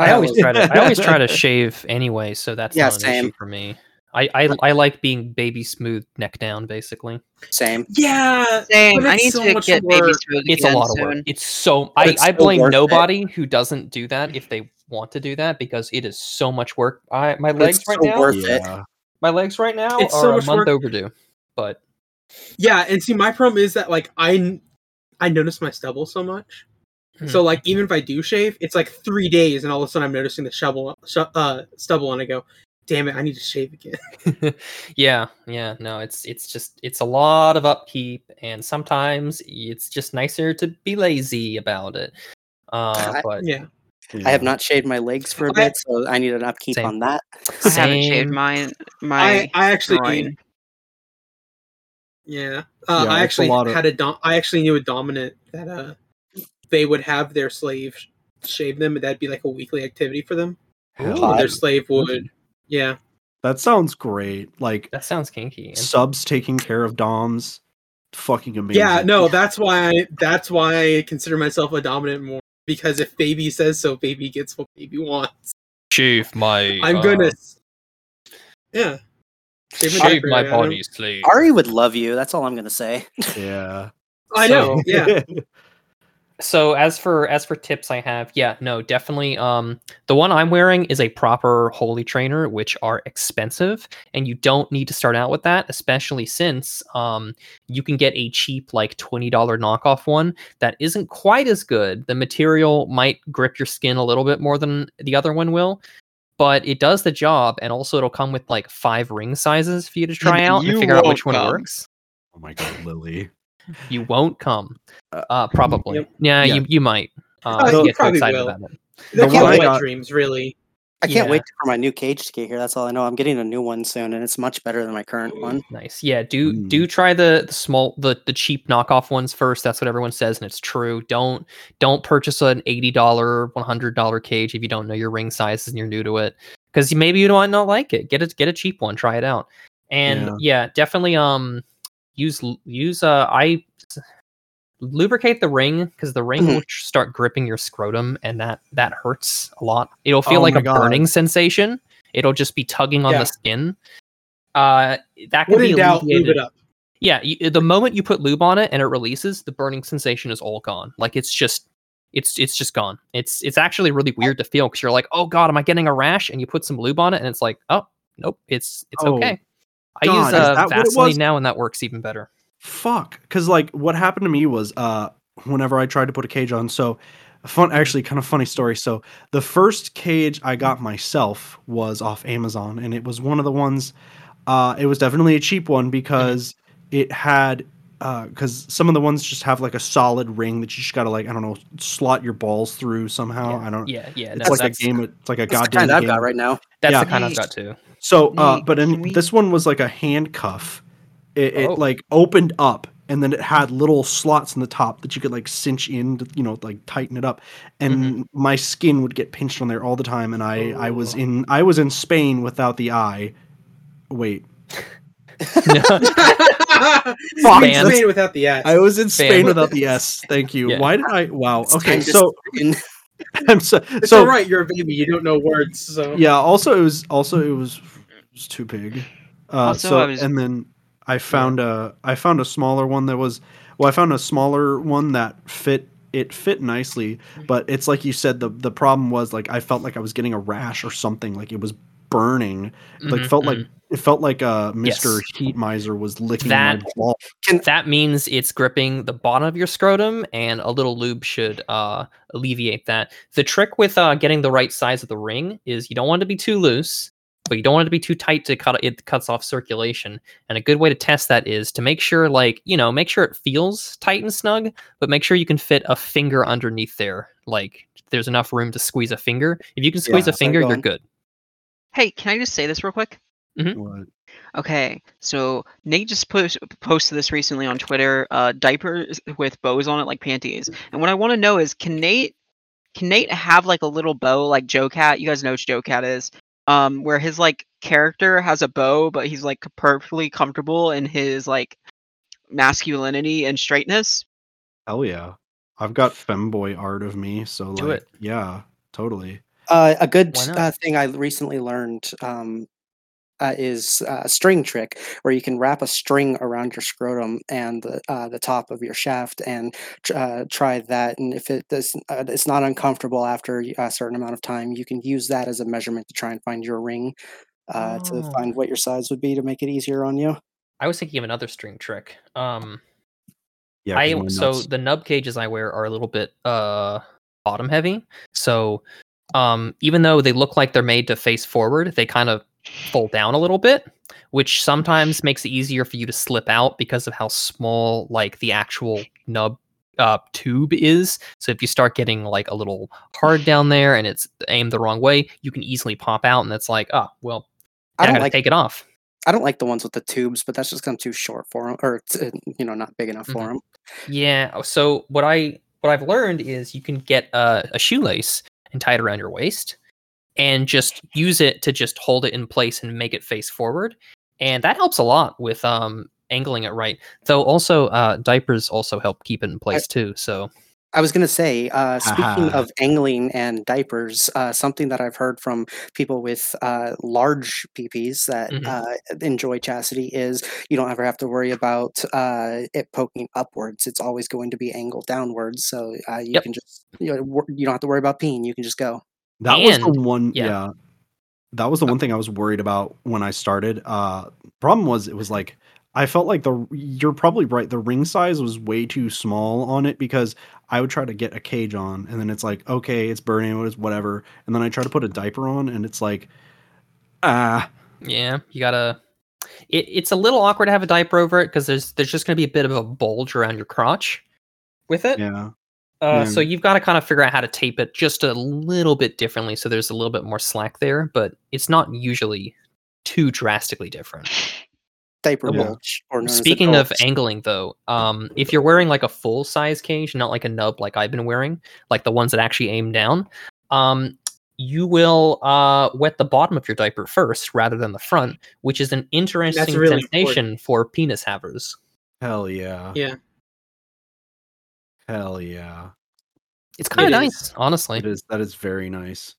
Speaker 6: I always
Speaker 4: always-
Speaker 6: try to I always try to shave anyway, so that's
Speaker 4: Yeah,
Speaker 6: not an issue
Speaker 4: same.
Speaker 6: for me. I, I I like being baby smooth neck down basically.
Speaker 4: same.
Speaker 5: Yeah,
Speaker 2: Same.
Speaker 5: But
Speaker 2: I
Speaker 5: it's
Speaker 2: need
Speaker 5: so
Speaker 2: to
Speaker 5: much
Speaker 2: get
Speaker 5: work.
Speaker 2: baby smooth
Speaker 6: It's
Speaker 2: again
Speaker 6: a lot of
Speaker 2: soon.
Speaker 6: work. It's so
Speaker 4: But
Speaker 6: I,
Speaker 4: it's
Speaker 6: I
Speaker 4: so
Speaker 6: blame
Speaker 4: worth it.
Speaker 6: nobody who doesn't do that if they want to do that because it is so much work. I my
Speaker 4: But it's
Speaker 6: legs right
Speaker 4: so
Speaker 6: now
Speaker 4: worth it.
Speaker 6: my legs right now
Speaker 5: It's
Speaker 6: are
Speaker 5: so
Speaker 6: a
Speaker 5: much
Speaker 6: month
Speaker 5: work.
Speaker 6: overdue. But (laughs)
Speaker 5: yeah, and see, my problem is that like I, n- I notice my stubble so much. So like even if I do shave, it's like three days, and all of a sudden I'm noticing the shovel, sh- uh, stubble, and I go, "Damn it, I need to shave again."
Speaker 6: yeah, yeah, no, it's it's just it's a lot of upkeep and sometimes it's just nicer to be lazy about it. Uh
Speaker 4: I-
Speaker 6: but
Speaker 5: yeah,
Speaker 4: I have not shaved my legs for a
Speaker 5: Okay.
Speaker 4: bit, so I need an upkeep
Speaker 6: Same.
Speaker 4: on that.
Speaker 2: I haven't shaved
Speaker 6: Same.
Speaker 2: mine.
Speaker 5: I,
Speaker 2: My
Speaker 5: I actually,
Speaker 2: groin.
Speaker 5: yeah, uh, I
Speaker 3: Yeah, it's a
Speaker 5: actually
Speaker 3: lot of-
Speaker 5: had a dom- I actually knew a dominant that uh, they would have their slave sh- shave them, and that'd be like a weekly activity for them.
Speaker 3: Hell,
Speaker 5: Their slave would, yeah,
Speaker 3: that sounds great. Like
Speaker 6: that sounds kinky. and-
Speaker 3: subs taking care of doms. Fucking amazing.
Speaker 5: yeah. No, that's why that's why I consider myself a dominant more because if baby says so, baby gets what baby wants.
Speaker 6: shave my
Speaker 5: I'm gonna, s- yeah. my diaper, Adam.
Speaker 6: sleeve.
Speaker 4: Ari would love you. That's all I'm going to say.
Speaker 3: (laughs) Yeah.
Speaker 5: I know. Oh,
Speaker 3: (laughs)
Speaker 5: Yeah.
Speaker 6: So as for as for tips I have, yeah, no, definitely um the one I'm wearing is a proper holy trainer which are expensive and you don't need to start out with that especially since um you can get a cheap like $20 knockoff one that isn't quite as good. The material might grip your skin a little bit more than the other one will, but it does the job and also it'll come with like five ring sizes for you to try out
Speaker 2: you
Speaker 6: and figure out which
Speaker 2: won't
Speaker 6: one
Speaker 2: come.
Speaker 6: works.
Speaker 3: Oh my god, Lily.
Speaker 6: you won't come.
Speaker 3: Uh,
Speaker 6: Uh, probably.
Speaker 5: yep.
Speaker 6: Yeah,
Speaker 3: Yeah.
Speaker 6: you you might.
Speaker 5: Oh,
Speaker 6: Uh,
Speaker 5: you
Speaker 6: get too
Speaker 5: probably
Speaker 6: excited
Speaker 5: will.
Speaker 6: about it.
Speaker 5: They
Speaker 3: The
Speaker 5: can't
Speaker 3: one I
Speaker 5: wet
Speaker 3: got-
Speaker 5: dreams, really.
Speaker 4: I can't
Speaker 6: Yeah.
Speaker 4: wait for my new cage to get here. That's all I know. I'm getting a new one soon, and it's much better than my current one.
Speaker 6: Nice. Yeah. Do
Speaker 3: Mm.
Speaker 6: do try the, the small the the cheap knockoff ones first. That's what everyone says, and it's true. Don't don't purchase an eighty dollar, one hundred dollar cage if you don't know your ring sizes and you're new to it, because maybe you might not like it. Get it. Get a cheap one. Try it out. And
Speaker 3: Yeah.
Speaker 6: yeah, definitely. Um, use l- use. Uh, I lubricate the ring because the ring
Speaker 3: Mm-hmm.
Speaker 4: Mhm.
Speaker 6: will tr- start gripping your scrotum, and that that hurts a lot. It'll feel
Speaker 3: Oh
Speaker 6: like
Speaker 3: my
Speaker 6: a
Speaker 3: God.
Speaker 6: burning sensation. It'll just be tugging on
Speaker 5: Yeah.
Speaker 6: the skin. Uh, that can
Speaker 5: When
Speaker 6: be
Speaker 5: in doubt,
Speaker 6: alleviated.
Speaker 5: lube it (laughs) up.
Speaker 6: Yeah, you, the moment you put lube on it and it releases, the burning sensation is all gone. Like it's just, it's it's just gone. It's it's actually really weird to feel because you're like, oh god, am I getting a rash? And you put some lube on it, and it's like, oh nope, it's it's
Speaker 3: Oh,
Speaker 6: okay. I
Speaker 3: God,
Speaker 6: use
Speaker 3: is
Speaker 6: uh,
Speaker 3: that what it was?
Speaker 6: Vaseline now, and that works even better.
Speaker 3: Fuck. Cause like what happened to me was uh whenever I tried to put a cage on, so fun actually kind of funny story so the first cage i got myself was off amazon and it was one of the ones uh, it was definitely a cheap one because it had because some of the ones just have like a solid ring that you just gotta like i don't know slot your balls through somehow i don't
Speaker 6: Yeah, yeah.
Speaker 3: Uh, it's
Speaker 6: That's,
Speaker 3: like a
Speaker 6: that's,
Speaker 3: game it's like a
Speaker 4: That's the
Speaker 3: goddamn
Speaker 4: kind I've
Speaker 3: game.
Speaker 4: got right now.
Speaker 6: that's
Speaker 3: yeah.
Speaker 6: the kind
Speaker 3: (laughs)
Speaker 6: I've got too.
Speaker 3: So, uh,
Speaker 2: Nate,
Speaker 3: but in
Speaker 2: can we-
Speaker 3: this one was like a handcuff. It,
Speaker 6: Oh.
Speaker 3: it like opened up, and then it had little slots in the top that you could like cinch in, to, you know, like tighten it up. And my skin would get pinched on there all the time, and I I was in I was in Spain without the eye. Wait,
Speaker 5: Sweet
Speaker 6: Man.
Speaker 5: Spain without the S.
Speaker 3: I was in Spain
Speaker 6: Spain.
Speaker 3: without the S. Thank you.
Speaker 6: Yeah.
Speaker 3: Why did I? Wow.
Speaker 4: time
Speaker 3: Okay,
Speaker 4: to
Speaker 3: so
Speaker 4: screen.
Speaker 3: (laughs) I'm so
Speaker 5: it's
Speaker 3: so
Speaker 5: all right. You're a baby. You don't know words. So
Speaker 3: yeah. Also, it was also it was, it was too big. Uh,
Speaker 2: Also,
Speaker 3: so
Speaker 2: I was-
Speaker 3: and then I found a I found a smaller one that was well I found a smaller one that fit it fit nicely, but it's like you said the the problem was like I felt like I was getting a rash or something like it was burning
Speaker 6: (laughs)
Speaker 3: like
Speaker 6: Mhm,
Speaker 3: felt like it felt like uh
Speaker 6: Yes.
Speaker 3: Mister Heat Miser was licking
Speaker 6: That-
Speaker 3: my ball.
Speaker 6: That means it's gripping the bottom of your scrotum, and a little lube should uh, alleviate that. The trick with uh, getting the right size of the ring is you don't want it to be too loose, but you don't want it to be too tight to cut it cuts off circulation. And a good way to test that is to make sure, like you know, make sure it feels tight and snug, but make sure you can fit a finger underneath there. Like there's enough room to squeeze a finger. If you can squeeze
Speaker 3: Yeah,
Speaker 6: a
Speaker 4: so
Speaker 6: finger,
Speaker 4: go
Speaker 6: you're
Speaker 4: on.
Speaker 6: good.
Speaker 2: Hey, can I just say this real quick?
Speaker 6: Mm-hmm.
Speaker 3: What?
Speaker 2: Okay, so Nate just put, posted this recently on Twitter, uh, diapers with bows on it like panties. And what I want to know is, can Nate, can Nate have like a little bow like Joe Cat? You guys know what Joe Cat is, um, where his like character has a bow, but he's like perfectly comfortable in his like masculinity and straightness.
Speaker 3: Hell yeah! I've got femboy art of me, so
Speaker 6: Do
Speaker 3: like
Speaker 6: it.
Speaker 3: yeah, totally.
Speaker 4: Uh, a good
Speaker 6: Why not?
Speaker 4: uh, thing I recently learned um, uh, is uh, a string trick, where you can wrap a string around your scrotum and the, uh, the top of your shaft, and tr- uh, try that. And if it is, uh, it's not uncomfortable after y- a certain amount of time, you can use that as a measurement to try and find your ring, uh, to
Speaker 6: Oh.
Speaker 4: find what your size would be to make it easier on you.
Speaker 6: I was thinking of another string trick. Um,
Speaker 3: Yeah. 'cause
Speaker 6: I
Speaker 3: my
Speaker 6: so
Speaker 3: nuts-
Speaker 6: the nub cages I wear are a little bit uh bottom heavy. So um even though they look like they're made to face forward, they kind of fold down a little bit, which sometimes makes it easier for you to slip out because of how small like the actual nub uh, tube is. So if you start getting like a little hard down there and it's aimed the wrong way, you can easily pop out and it's like, oh well,
Speaker 4: I
Speaker 6: I
Speaker 4: don't
Speaker 6: gotta
Speaker 4: like
Speaker 6: take it off.
Speaker 4: I don't like the ones with the tubes, but that's just because I'm too short for them, or it's, uh, you know, not big enough
Speaker 6: Mhm.
Speaker 4: for 'em. for them.
Speaker 6: Yeah. oh, So what I what I've learned is you can get uh, a shoelace and tie it around your waist, and just use it to just hold it in place and make it face forward, and that helps a lot with um angling it right. Though also uh, diapers also help keep it in place too. So
Speaker 4: I was going to say, uh,
Speaker 6: Uh-huh.
Speaker 4: speaking
Speaker 3: Haha.
Speaker 4: of angling and diapers, uh, something that I've heard from people with uh, large PPs that
Speaker 6: Mhm.
Speaker 4: uh, enjoy chastity is you don't ever have to worry about uh, it poking upwards. It's always going to be angled downwards. So uh, you
Speaker 6: Yep.
Speaker 4: can just, you, know, wor- you don't have to worry about peeing. You can just go.
Speaker 3: That was
Speaker 6: And-
Speaker 3: the one. Yeah.
Speaker 6: yeah.
Speaker 3: That was the one thing I was worried about when I started. Uh, problem was it was like I felt like the you're probably right. The ring size was way too small on it because I would try to get a cage on, and then it's like okay, it's burning, it's whatever, and then I try to put a diaper on, and it's like ah,
Speaker 6: yeah, you gotta. It, it's a little awkward to have a diaper over it because there's there's just gonna be a bit of a bulge around your crotch with it.
Speaker 3: yeah,
Speaker 6: Uh,
Speaker 3: Yeah.
Speaker 6: So you've got to kind of figure out how to tape it just a little bit differently, so there's a little bit more slack there, but it's not usually too drastically different.
Speaker 4: Diaper
Speaker 3: Yeah.
Speaker 4: bulge. Or known as the
Speaker 6: Speaking of
Speaker 4: bulge.
Speaker 6: angling, though, um, if you're wearing like a full size cage, not like a nub like I've been wearing, like the ones that actually aim down, um, you will uh, wet the bottom of your diaper first rather than the front, which is an interesting
Speaker 5: really
Speaker 6: sensation for penis havers.
Speaker 3: hell yeah,
Speaker 5: Yeah.
Speaker 3: hell yeah.
Speaker 6: It's kind
Speaker 5: It
Speaker 6: of
Speaker 5: is.
Speaker 6: nice, honestly.
Speaker 3: It is that is very nice.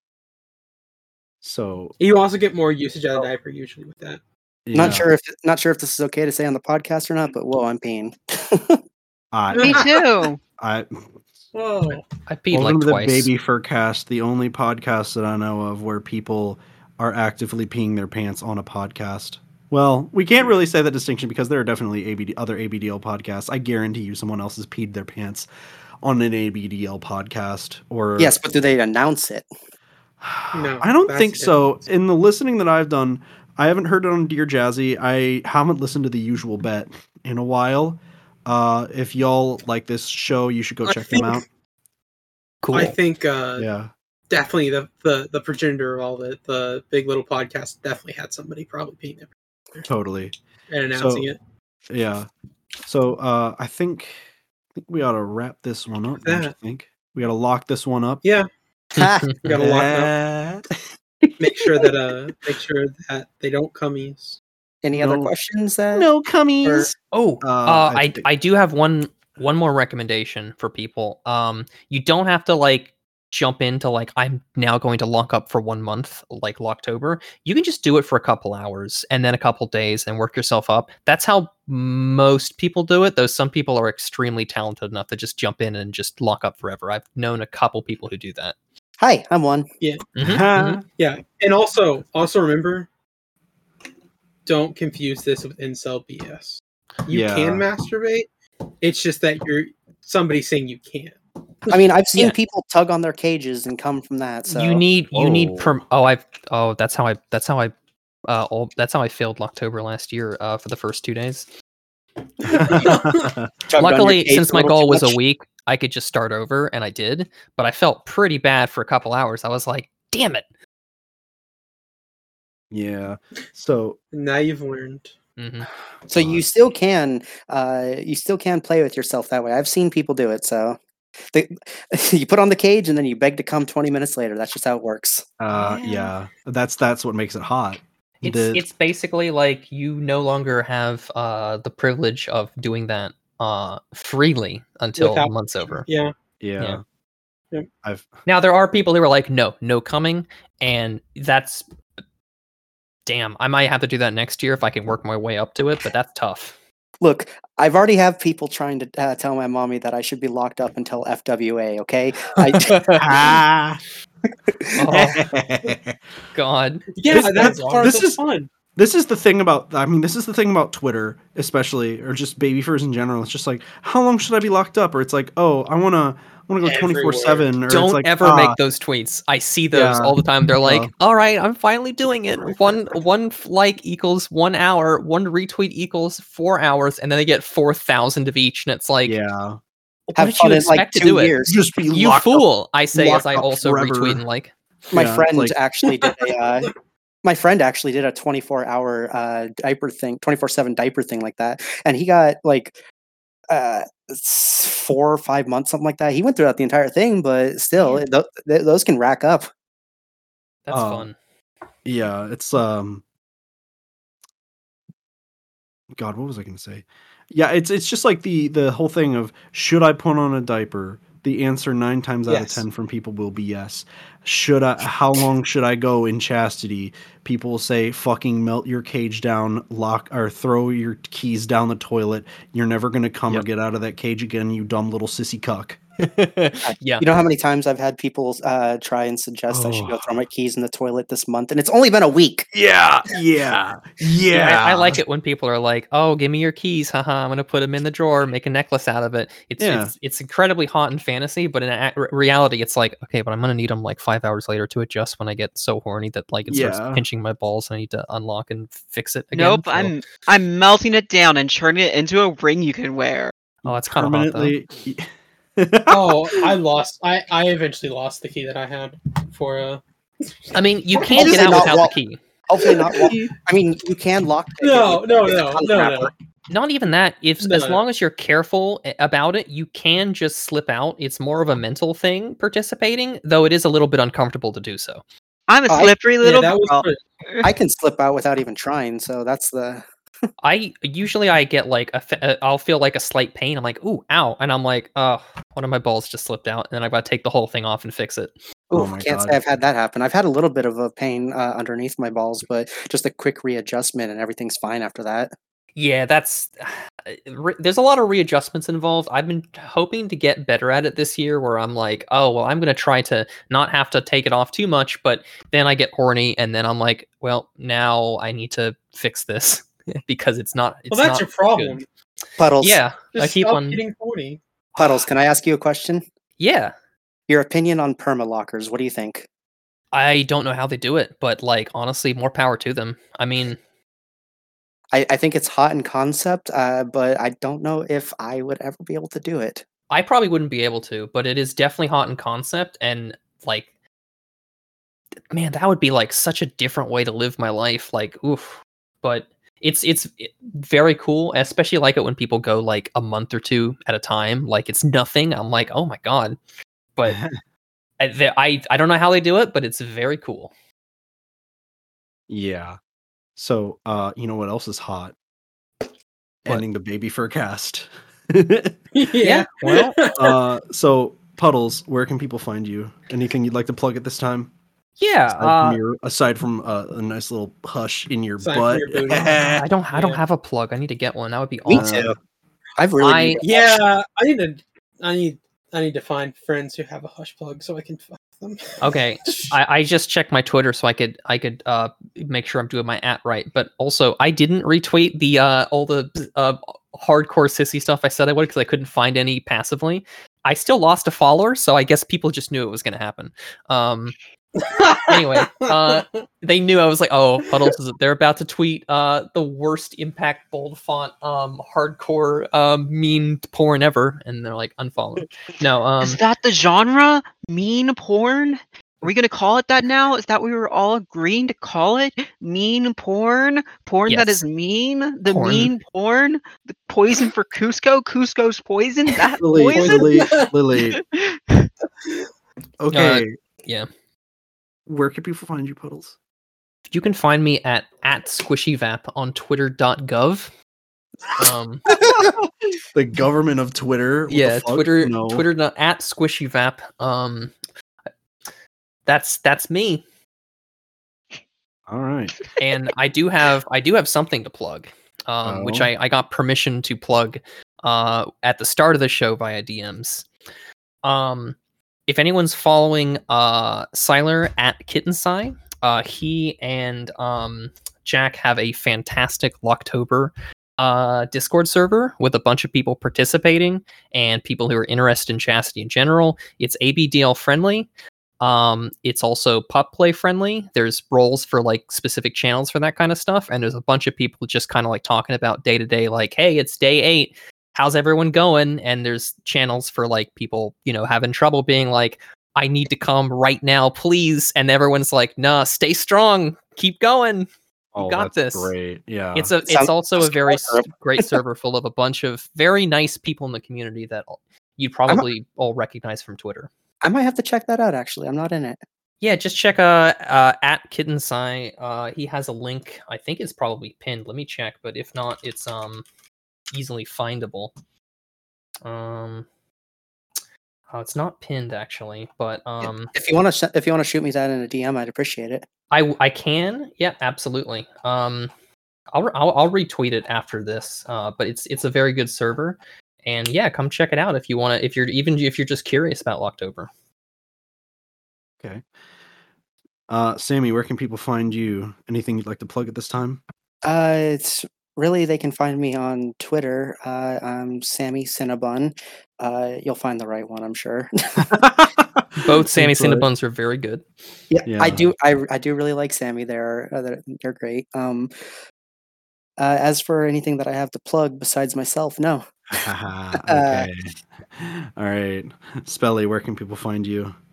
Speaker 3: So
Speaker 5: you also get more usage out of diaper usually with that.
Speaker 3: yeah,
Speaker 4: Not sure if not sure if this is okay to say on the podcast or not, but whoa, I'm peeing. (laughs)
Speaker 3: I
Speaker 2: (laughs) Me too.
Speaker 3: I
Speaker 5: Whoa.
Speaker 6: I peed like
Speaker 3: Welcome to
Speaker 6: twice.
Speaker 3: the Baby Fur Cast, the only podcast that I know of where people are actively peeing their pants on a podcast. Well, we can't really say that distinction because there are definitely ABD, other ABDL podcasts. I guarantee you someone else has peed their pants on an ABDL podcast or
Speaker 4: Yes, but do they announce
Speaker 6: (laughs)
Speaker 4: it?
Speaker 5: (sighs)
Speaker 4: (laughs)
Speaker 5: No,
Speaker 3: I don't
Speaker 5: that's
Speaker 3: think
Speaker 5: the
Speaker 3: so.
Speaker 5: difference.
Speaker 3: In the listening that I've done, I haven't heard it on Dear Jazzy. I haven't listened to the usual bet in a while. Uh, if y'all like this show, you should go
Speaker 5: I
Speaker 3: check
Speaker 5: think-
Speaker 3: them out.
Speaker 6: Cool.
Speaker 5: I think uh,
Speaker 3: Yeah.
Speaker 5: definitely the, the the progenitor of all the the Big Little podcast definitely had somebody probably being there
Speaker 3: Totally.
Speaker 5: and announcing
Speaker 3: So,
Speaker 5: it.
Speaker 3: Yeah. So uh, I think I think we ought to wrap this one up. Don't you
Speaker 5: that.
Speaker 3: think we ought to lock this one up?
Speaker 5: Yeah,
Speaker 4: Ha!
Speaker 5: we gotta lock it up.
Speaker 3: That-
Speaker 5: Make sure that uh, make sure that they don't cummies.
Speaker 4: Any other
Speaker 3: No.
Speaker 4: questions? uh? That
Speaker 3: No cummies.
Speaker 6: Oh,
Speaker 3: (laughs) Uh, I
Speaker 6: uh, I
Speaker 3: think-
Speaker 6: I do have one one more recommendation for people. Um, you don't have to like jump into like I'm now going to lock up for one month, like Locktober. You can just do it for a couple hours and then a couple days and work yourself up. That's how most people do it. Though some people are extremely talented enough to just jump in and just lock up forever. I've known a couple people who do that.
Speaker 4: Hi, I'm one.
Speaker 6: Mhm, mhm.
Speaker 3: (laughs) Ha.
Speaker 5: Yeah, and also also remember, don't confuse this with incel BS. You
Speaker 3: Yeah.
Speaker 5: can masturbate. It's just that you're somebody saying you can't.
Speaker 4: I mean, I've seen
Speaker 6: Yeah.
Speaker 4: people tug on their cages and come from that. So
Speaker 6: You need you
Speaker 3: Whoa.
Speaker 6: need perm. Oh, I've oh that's how I that's how I. Uh, all, that's how I failed Locktober last year uh, for the first two days.
Speaker 4: tugged on your
Speaker 6: Luckily,
Speaker 4: cage
Speaker 6: since my
Speaker 4: little
Speaker 6: goal
Speaker 4: too
Speaker 6: was a
Speaker 4: much.
Speaker 6: week, I could just start over, and I did. But I felt pretty bad for a couple hours. I was like, "Damn it!"
Speaker 3: (laughs) yeah. So
Speaker 5: Now you've learned.
Speaker 6: Mhm.
Speaker 4: So you still can, uh, you still can play with yourself that way. I've seen people do it. So they, (laughs) you put on the cage and then you beg to come 20 minutes later. That's just how it works.
Speaker 3: Uh, yeah.
Speaker 6: Yeah.
Speaker 3: that's that's what makes it hot.
Speaker 6: It's
Speaker 3: The-
Speaker 6: it's basically like you no longer have uh, the privilege of doing that uh, freely until
Speaker 5: Without-
Speaker 6: the month's over.
Speaker 5: Yeah.
Speaker 3: yeah.
Speaker 6: yeah.
Speaker 5: Yep.
Speaker 3: I've
Speaker 6: Now there are people who are like, "No, no coming," and that's damn. I might have to do that next year if I can work my way up to it, but that's tough.
Speaker 4: (laughs) Look, I've already have people trying to uh, tell my mommy that I should be locked up until FWA. Okay.
Speaker 6: (laughs)
Speaker 4: (laughs) I,
Speaker 6: Oh. God.
Speaker 5: Yeah,
Speaker 3: This-
Speaker 5: that's
Speaker 3: that's-
Speaker 5: part
Speaker 3: this
Speaker 5: of the
Speaker 3: is-
Speaker 5: fun.
Speaker 3: (laughs) this is the thing about I mean this is the thing about Twitter especially or just baby furs in general. It's just like how long should I be locked up? Or it's like oh I wanna I wanna go twenty four seven. Or it's
Speaker 6: don't
Speaker 3: like,
Speaker 6: ever
Speaker 3: ah,
Speaker 6: make those tweets. I see those
Speaker 3: Yeah. Uh-huh.
Speaker 6: all the time. They're like,
Speaker 3: No.
Speaker 6: "All right, I'm finally doing it. One one f- like equals one hour. One retweet equals four hours, and then they get four thousand of each, and it's like,
Speaker 3: yeah
Speaker 6: what
Speaker 4: have
Speaker 6: did you
Speaker 4: fun in
Speaker 6: expect
Speaker 4: like
Speaker 6: to
Speaker 4: two
Speaker 6: do
Speaker 4: years.
Speaker 3: just be
Speaker 6: it? You
Speaker 3: locked up.
Speaker 6: fool! I say
Speaker 3: locked
Speaker 6: as I
Speaker 3: up
Speaker 6: also
Speaker 3: forever.
Speaker 6: retweet and like.
Speaker 4: My
Speaker 3: Yeah, it's
Speaker 4: friend
Speaker 3: like-
Speaker 4: actually did a,
Speaker 3: (laughs)
Speaker 4: uh, my friend actually did a 24 hour uh, diaper thing, 24 seven diaper thing like that. And he got like uh, s- four or five months, something like that. He went throughout the entire thing, but still it, tho- th- those can rack up.
Speaker 6: That's
Speaker 3: Oh.
Speaker 6: fun.
Speaker 3: yeah it's um god what was i going to say yeah it's it's just like the the whole thing of should i put on a diaper the answer 9 times out
Speaker 5: Yes.
Speaker 3: of 10 from people will be yes should i how long should i go in chastity people will say fucking melt your cage down lock or throw your keys down the toilet you're never going to come or
Speaker 6: Yep.
Speaker 3: get out of that cage again you dumb little sissy cuck
Speaker 6: Yeah.
Speaker 4: You know how many times I've had people uh, try and suggest I should go
Speaker 3: Oh.
Speaker 4: throw my keys in the toilet this month, and it's only been a week.
Speaker 3: yeah yeah yeah
Speaker 6: (laughs) I, I like it when people are like, "Oh, give me your keys, haha! I'm gonna put them in the drawer, make a necklace out of it." It's
Speaker 3: Yeah.
Speaker 6: it's, it's incredibly hot in fantasy, but in a- re- reality, it's like, okay, but I'm gonna need them like five hours later to adjust when I get so horny that like it
Speaker 3: Yeah.
Speaker 6: starts pinching my balls and I need to unlock and fix it again.
Speaker 2: Nope,
Speaker 6: so-
Speaker 2: I'm I'm melting it down and turning it into a ring you can wear.
Speaker 6: Oh, that's kind of hot though.
Speaker 3: permanently
Speaker 5: (laughs)
Speaker 3: e (laughs)
Speaker 5: oh, (laughs) I lost. I I eventually lost the key that I had for uh.
Speaker 6: I mean, you
Speaker 4: I'll
Speaker 6: can't
Speaker 4: just
Speaker 6: get out
Speaker 4: not
Speaker 6: without
Speaker 4: walk-
Speaker 6: the key.
Speaker 4: Hopefully not.
Speaker 3: (laughs)
Speaker 4: Well, I mean, you can lock. pick it
Speaker 5: No,
Speaker 4: with-
Speaker 5: no,
Speaker 4: with a
Speaker 5: no,
Speaker 4: tongue
Speaker 5: no,
Speaker 4: wrapper.
Speaker 5: no.
Speaker 6: Not even that. If
Speaker 5: No.
Speaker 6: as long as you're careful a- about it, you can just slip out. It's more of a mental thing participating, though it is a little bit uncomfortable to do so.
Speaker 2: I'm a
Speaker 4: I-
Speaker 2: slippery
Speaker 5: Yeah,
Speaker 2: little.
Speaker 5: that was
Speaker 4: well,
Speaker 5: good.
Speaker 4: I can slip out without even trying. So that's the.
Speaker 6: I usually I get like a fe- uh, I'll feel like a slight pain. I'm like, ooh, ow, and I'm like, oh, one of my balls just slipped out, and then I got to take the whole thing off and fix it.
Speaker 3: Oh
Speaker 4: Oof,
Speaker 3: my
Speaker 4: can't
Speaker 3: God.
Speaker 4: say I've had that happen. I've had a little bit of a pain uh, underneath my balls, but just a quick readjustment and everything's fine after that.
Speaker 6: Yeah, that's (sighs) uh, re- there's a lot of readjustments involved. I've been hoping to get better at it this year, where I'm like, oh well, I'm gonna try to not have to take it off too much, but then I get horny, and then I'm like, well, now I need to fix this (laughs) because it's not. It's
Speaker 5: Well, that's
Speaker 6: not
Speaker 5: your
Speaker 6: good.
Speaker 5: problem.
Speaker 4: Puddles.
Speaker 6: Yeah, I
Speaker 5: Just
Speaker 6: keep
Speaker 5: stop
Speaker 6: on.
Speaker 5: (laughs) getting horny.
Speaker 4: Puddles, can I ask you a question?
Speaker 6: Yeah.
Speaker 4: Your opinion on permalockers? What do you think?
Speaker 6: I don't know how they do it, but like honestly, more power to them. I mean,
Speaker 4: I, I think it's hot in concept, uh, but I don't know if I would ever be able to do it.
Speaker 6: I probably wouldn't be able to, but it is definitely hot in concept and like man, that would be like such a different way to live my life. Like, oof. But it's it's it- very cool. I Especially like it when people go like a month or two at a time. Like it's nothing. I'm like, oh my god.
Speaker 3: (laughs)
Speaker 6: But I the- I, I don't know how they do it, but it's very cool.
Speaker 3: Yeah. So, uh, you know what else is hot? Ending the baby fur cast. (laughs)
Speaker 5: yeah.
Speaker 6: well,
Speaker 5: (laughs)
Speaker 3: uh, so puddles, where can people find you? Anything you'd like to plug at this time?
Speaker 6: Yeah.
Speaker 3: Aside
Speaker 6: uh,
Speaker 3: from, your, aside from uh, a nice little hush in your
Speaker 5: Aside from
Speaker 3: butt. (laughs)
Speaker 5: your booty.
Speaker 6: I don't I don't
Speaker 5: Yeah.
Speaker 6: have a plug. I need to get one. That would be
Speaker 4: Me
Speaker 3: Uh,
Speaker 6: awesome.
Speaker 4: too. I've really.
Speaker 6: I-
Speaker 4: needed-
Speaker 6: (laughs)
Speaker 5: Yeah, I need to. I need. I need to find friends who have a hush plug so I can fuck them. (laughs)
Speaker 6: Okay. I, I just checked my Twitter so I could I could uh, make sure I'm doing my at right. But also, I didn't retweet the uh, all the uh, hardcore sissy stuff I said I would because I couldn't find any passively. I still lost a follower, so I guess people just knew it was going to happen. Um, anyway, uh, they knew I was like, oh, puddles is they're about to tweet uh, the worst impact bold font um, hardcore um, mean porn ever, and they're like unfollow. No, um,
Speaker 2: Is that the genre? Mean porn? Are we gonna call it that now? Is that what we were all agreeing to call it? Mean porn? Porn that is
Speaker 6: Yes.
Speaker 2: mean? The
Speaker 6: Porn.
Speaker 2: mean porn? The poison for Cusco? Cusco's poison? That
Speaker 3: Lily,
Speaker 2: poison?
Speaker 6: (laughs)
Speaker 3: Lily, Lily. Okay.
Speaker 6: Uh, yeah.
Speaker 3: Where can people find you, puddles?
Speaker 6: you can find me at at squishyvap on twitter.gov um
Speaker 3: The government of Twitter. What the
Speaker 6: yeah
Speaker 3: fuck?
Speaker 6: twitter
Speaker 3: No.
Speaker 6: twitter dot- at squishyvap um that's that's me
Speaker 3: All right.
Speaker 6: and i do have i do have something to plug um which
Speaker 3: Oh.
Speaker 6: i i got permission to plug uh at the start of the show via dms um if anyone's following uh siler at kittensai uh he and um jack have a fantastic locktober uh, Discord server with a bunch of people participating and people who are interested in chastity in general. It's ABDL friendly. Um, it's also pup play friendly. There's roles for like specific channels for that kind of stuff, and there's a bunch of people just kind of like talking about day to day, like, hey, it's day eight. How's everyone going? And there's channels for like people, you know, having trouble being like, I need to come right now, please. And everyone's like, nah, stay strong, keep going
Speaker 3: Oh,
Speaker 6: got
Speaker 3: that's
Speaker 6: this.
Speaker 3: Great. Yeah.
Speaker 6: it's a
Speaker 4: Sounds
Speaker 6: it's also a
Speaker 4: like a
Speaker 6: very
Speaker 4: server.
Speaker 6: s- great server full of a bunch of very nice people in the community that all- you'd probably all recognize from Twitter.
Speaker 4: I might have to check that out. Actually, I'm not in it.
Speaker 6: Yeah, just check uh, uh at Kittensai. Uh, he has a link. I think it's probably pinned. Let me check, but if not, it's um easily findable. Um, oh, it's not pinned actually, but um,
Speaker 4: If you want to, if you want to shoot me that in a DM, I'd appreciate it.
Speaker 6: I w- I can. Yeah, absolutely. Um, I'll, re- I'll I'll retweet it after this. Uh, but it's it's a very good server, and yeah, come check it out if you want to. If you're even if you're just curious about Locktober.
Speaker 3: okay. Uh, Sammy, where can people find you? Anything you'd like to plug at this time?
Speaker 4: Uh, it's really they can find me on Twitter. Uh, I'm Sammy Cinnabon. Uh, you'll find the right one, I'm sure. (laughs)
Speaker 6: Both
Speaker 3: (laughs)
Speaker 6: Sammy
Speaker 3: That's right.
Speaker 6: Cinnabuns are very good.
Speaker 4: yeah, I
Speaker 3: Yeah. (laughs)
Speaker 6: (laughs)
Speaker 4: do. I I do really like Sammy. They're uh, they're, they're great. Um, uh, as for anything that I have to plug besides myself, no.
Speaker 6: Uh.
Speaker 3: okay. All right. Spelly, where can people find you?
Speaker 5: (laughs)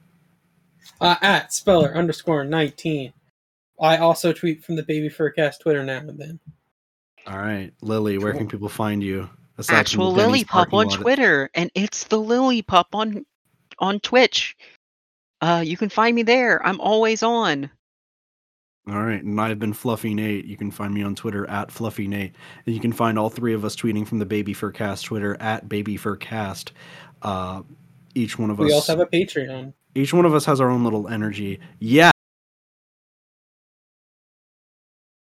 Speaker 5: Uh, at speller underscore nineteen. I also tweet from the Baby Furcast Twitter now and then.
Speaker 3: All right. Lily, where can people find you? Aside from
Speaker 2: Actual
Speaker 3: Denny's
Speaker 2: Lily Pup
Speaker 3: parking
Speaker 2: on
Speaker 3: lot.
Speaker 2: Twitter, and it's the Lily Pup on on Twitch. Uh, you can find me there. I'm always on.
Speaker 3: All right. And I've been Fluffy Nate. You can find me on Twitter at Fluffy Nate. And you can find all three of us tweeting from the Baby Fur Cast Twitter at Baby Fur Cast. Uh, each one of
Speaker 5: We
Speaker 3: us
Speaker 5: also have a Patreon.
Speaker 3: each one of us has our own little energy. Yeah.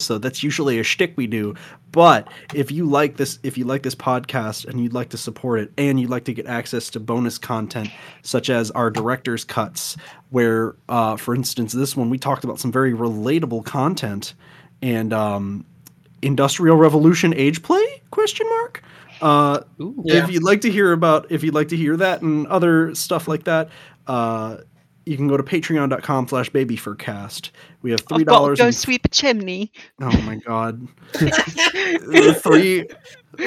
Speaker 3: So that's usually a shtick we do. But if you like this, if you like this podcast and you'd like to support it, and you'd like to get access to bonus content such as our director's cuts, where, uh, for instance, this one we talked about some very relatable content and um, industrial revolution age play question mark Uh,
Speaker 6: Ooh.
Speaker 5: Yeah.
Speaker 3: if you'd like to hear about if you'd like to hear that and other stuff like that uh you can go to patreon.com slash baby for cast we have three dollars
Speaker 2: Oh, Go
Speaker 3: and-
Speaker 2: sweep a
Speaker 3: (laughs)
Speaker 2: chimney. (laughs)
Speaker 3: oh my god three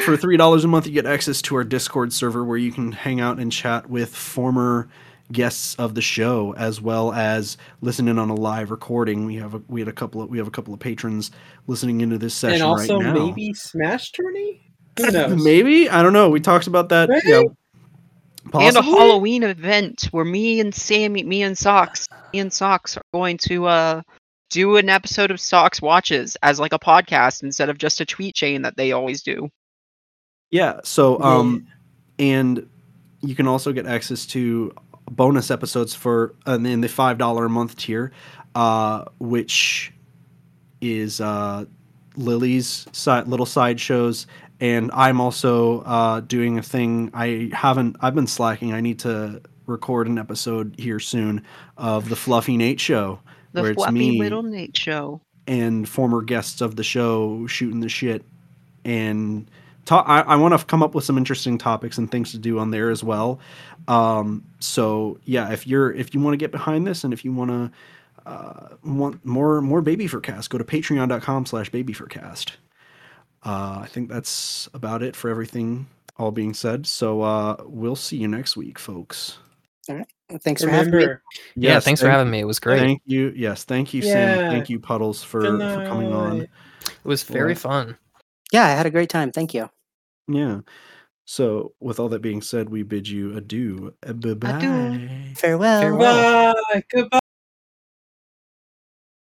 Speaker 3: for three dollars a month you get access to our discord server where you can hang out and chat with former guests of the show as well as listen in on a live recording we have a, we had a couple of we have a couple of patrons listening into this session
Speaker 5: and also
Speaker 3: right now
Speaker 5: maybe Smash Tourney. Who knows?
Speaker 3: (laughs) Maybe? i don't know we talked about that
Speaker 5: Right?
Speaker 3: yeah
Speaker 2: and a
Speaker 3: Possibly?
Speaker 2: Halloween event where me and Sammy, me and Socks, me and Socks are going to uh do an episode of Socks Watches as like a podcast instead of just a tweet chain that they always do.
Speaker 3: Yeah. So,
Speaker 5: Yeah.
Speaker 3: um, and you can also get access to bonus episodes for and in the five dollar a month tier, uh, which is uh, Lily's si- little side shows, and I'm also uh, doing a thing. I haven't. I've been slacking. I need to record an episode here soon of the Fluffy Nate show.
Speaker 2: The
Speaker 3: Where it's
Speaker 2: Fluffy
Speaker 3: me.
Speaker 2: Little Nate Show.
Speaker 3: and former guests of the show shooting the shit and ta- I, I want to come up with some interesting topics and things to do on there as well um, so yeah if you're if you want to get behind this and if you want to uh, want more more baby for cast go to patreon.com slash baby for cast uh, i think that's about it for everything all being said so uh, we'll see you next week folks
Speaker 4: Thanks for having me.
Speaker 5: Remember,
Speaker 6: Yeah, thanks for
Speaker 3: thank-
Speaker 6: having me. It was great.
Speaker 3: Thank you. Yes, thank you,
Speaker 5: Yeah.
Speaker 3: Sam. Thank you, Puddles, for,
Speaker 5: good
Speaker 3: for coming on.
Speaker 5: night.
Speaker 6: It was very fun.
Speaker 4: Yeah, I had a great time. Thank you.
Speaker 3: Yeah. So, with all that being said, we bid you adieu. Bye bye.
Speaker 4: Farewell.
Speaker 6: Farewell.
Speaker 5: Bye. Goodbye.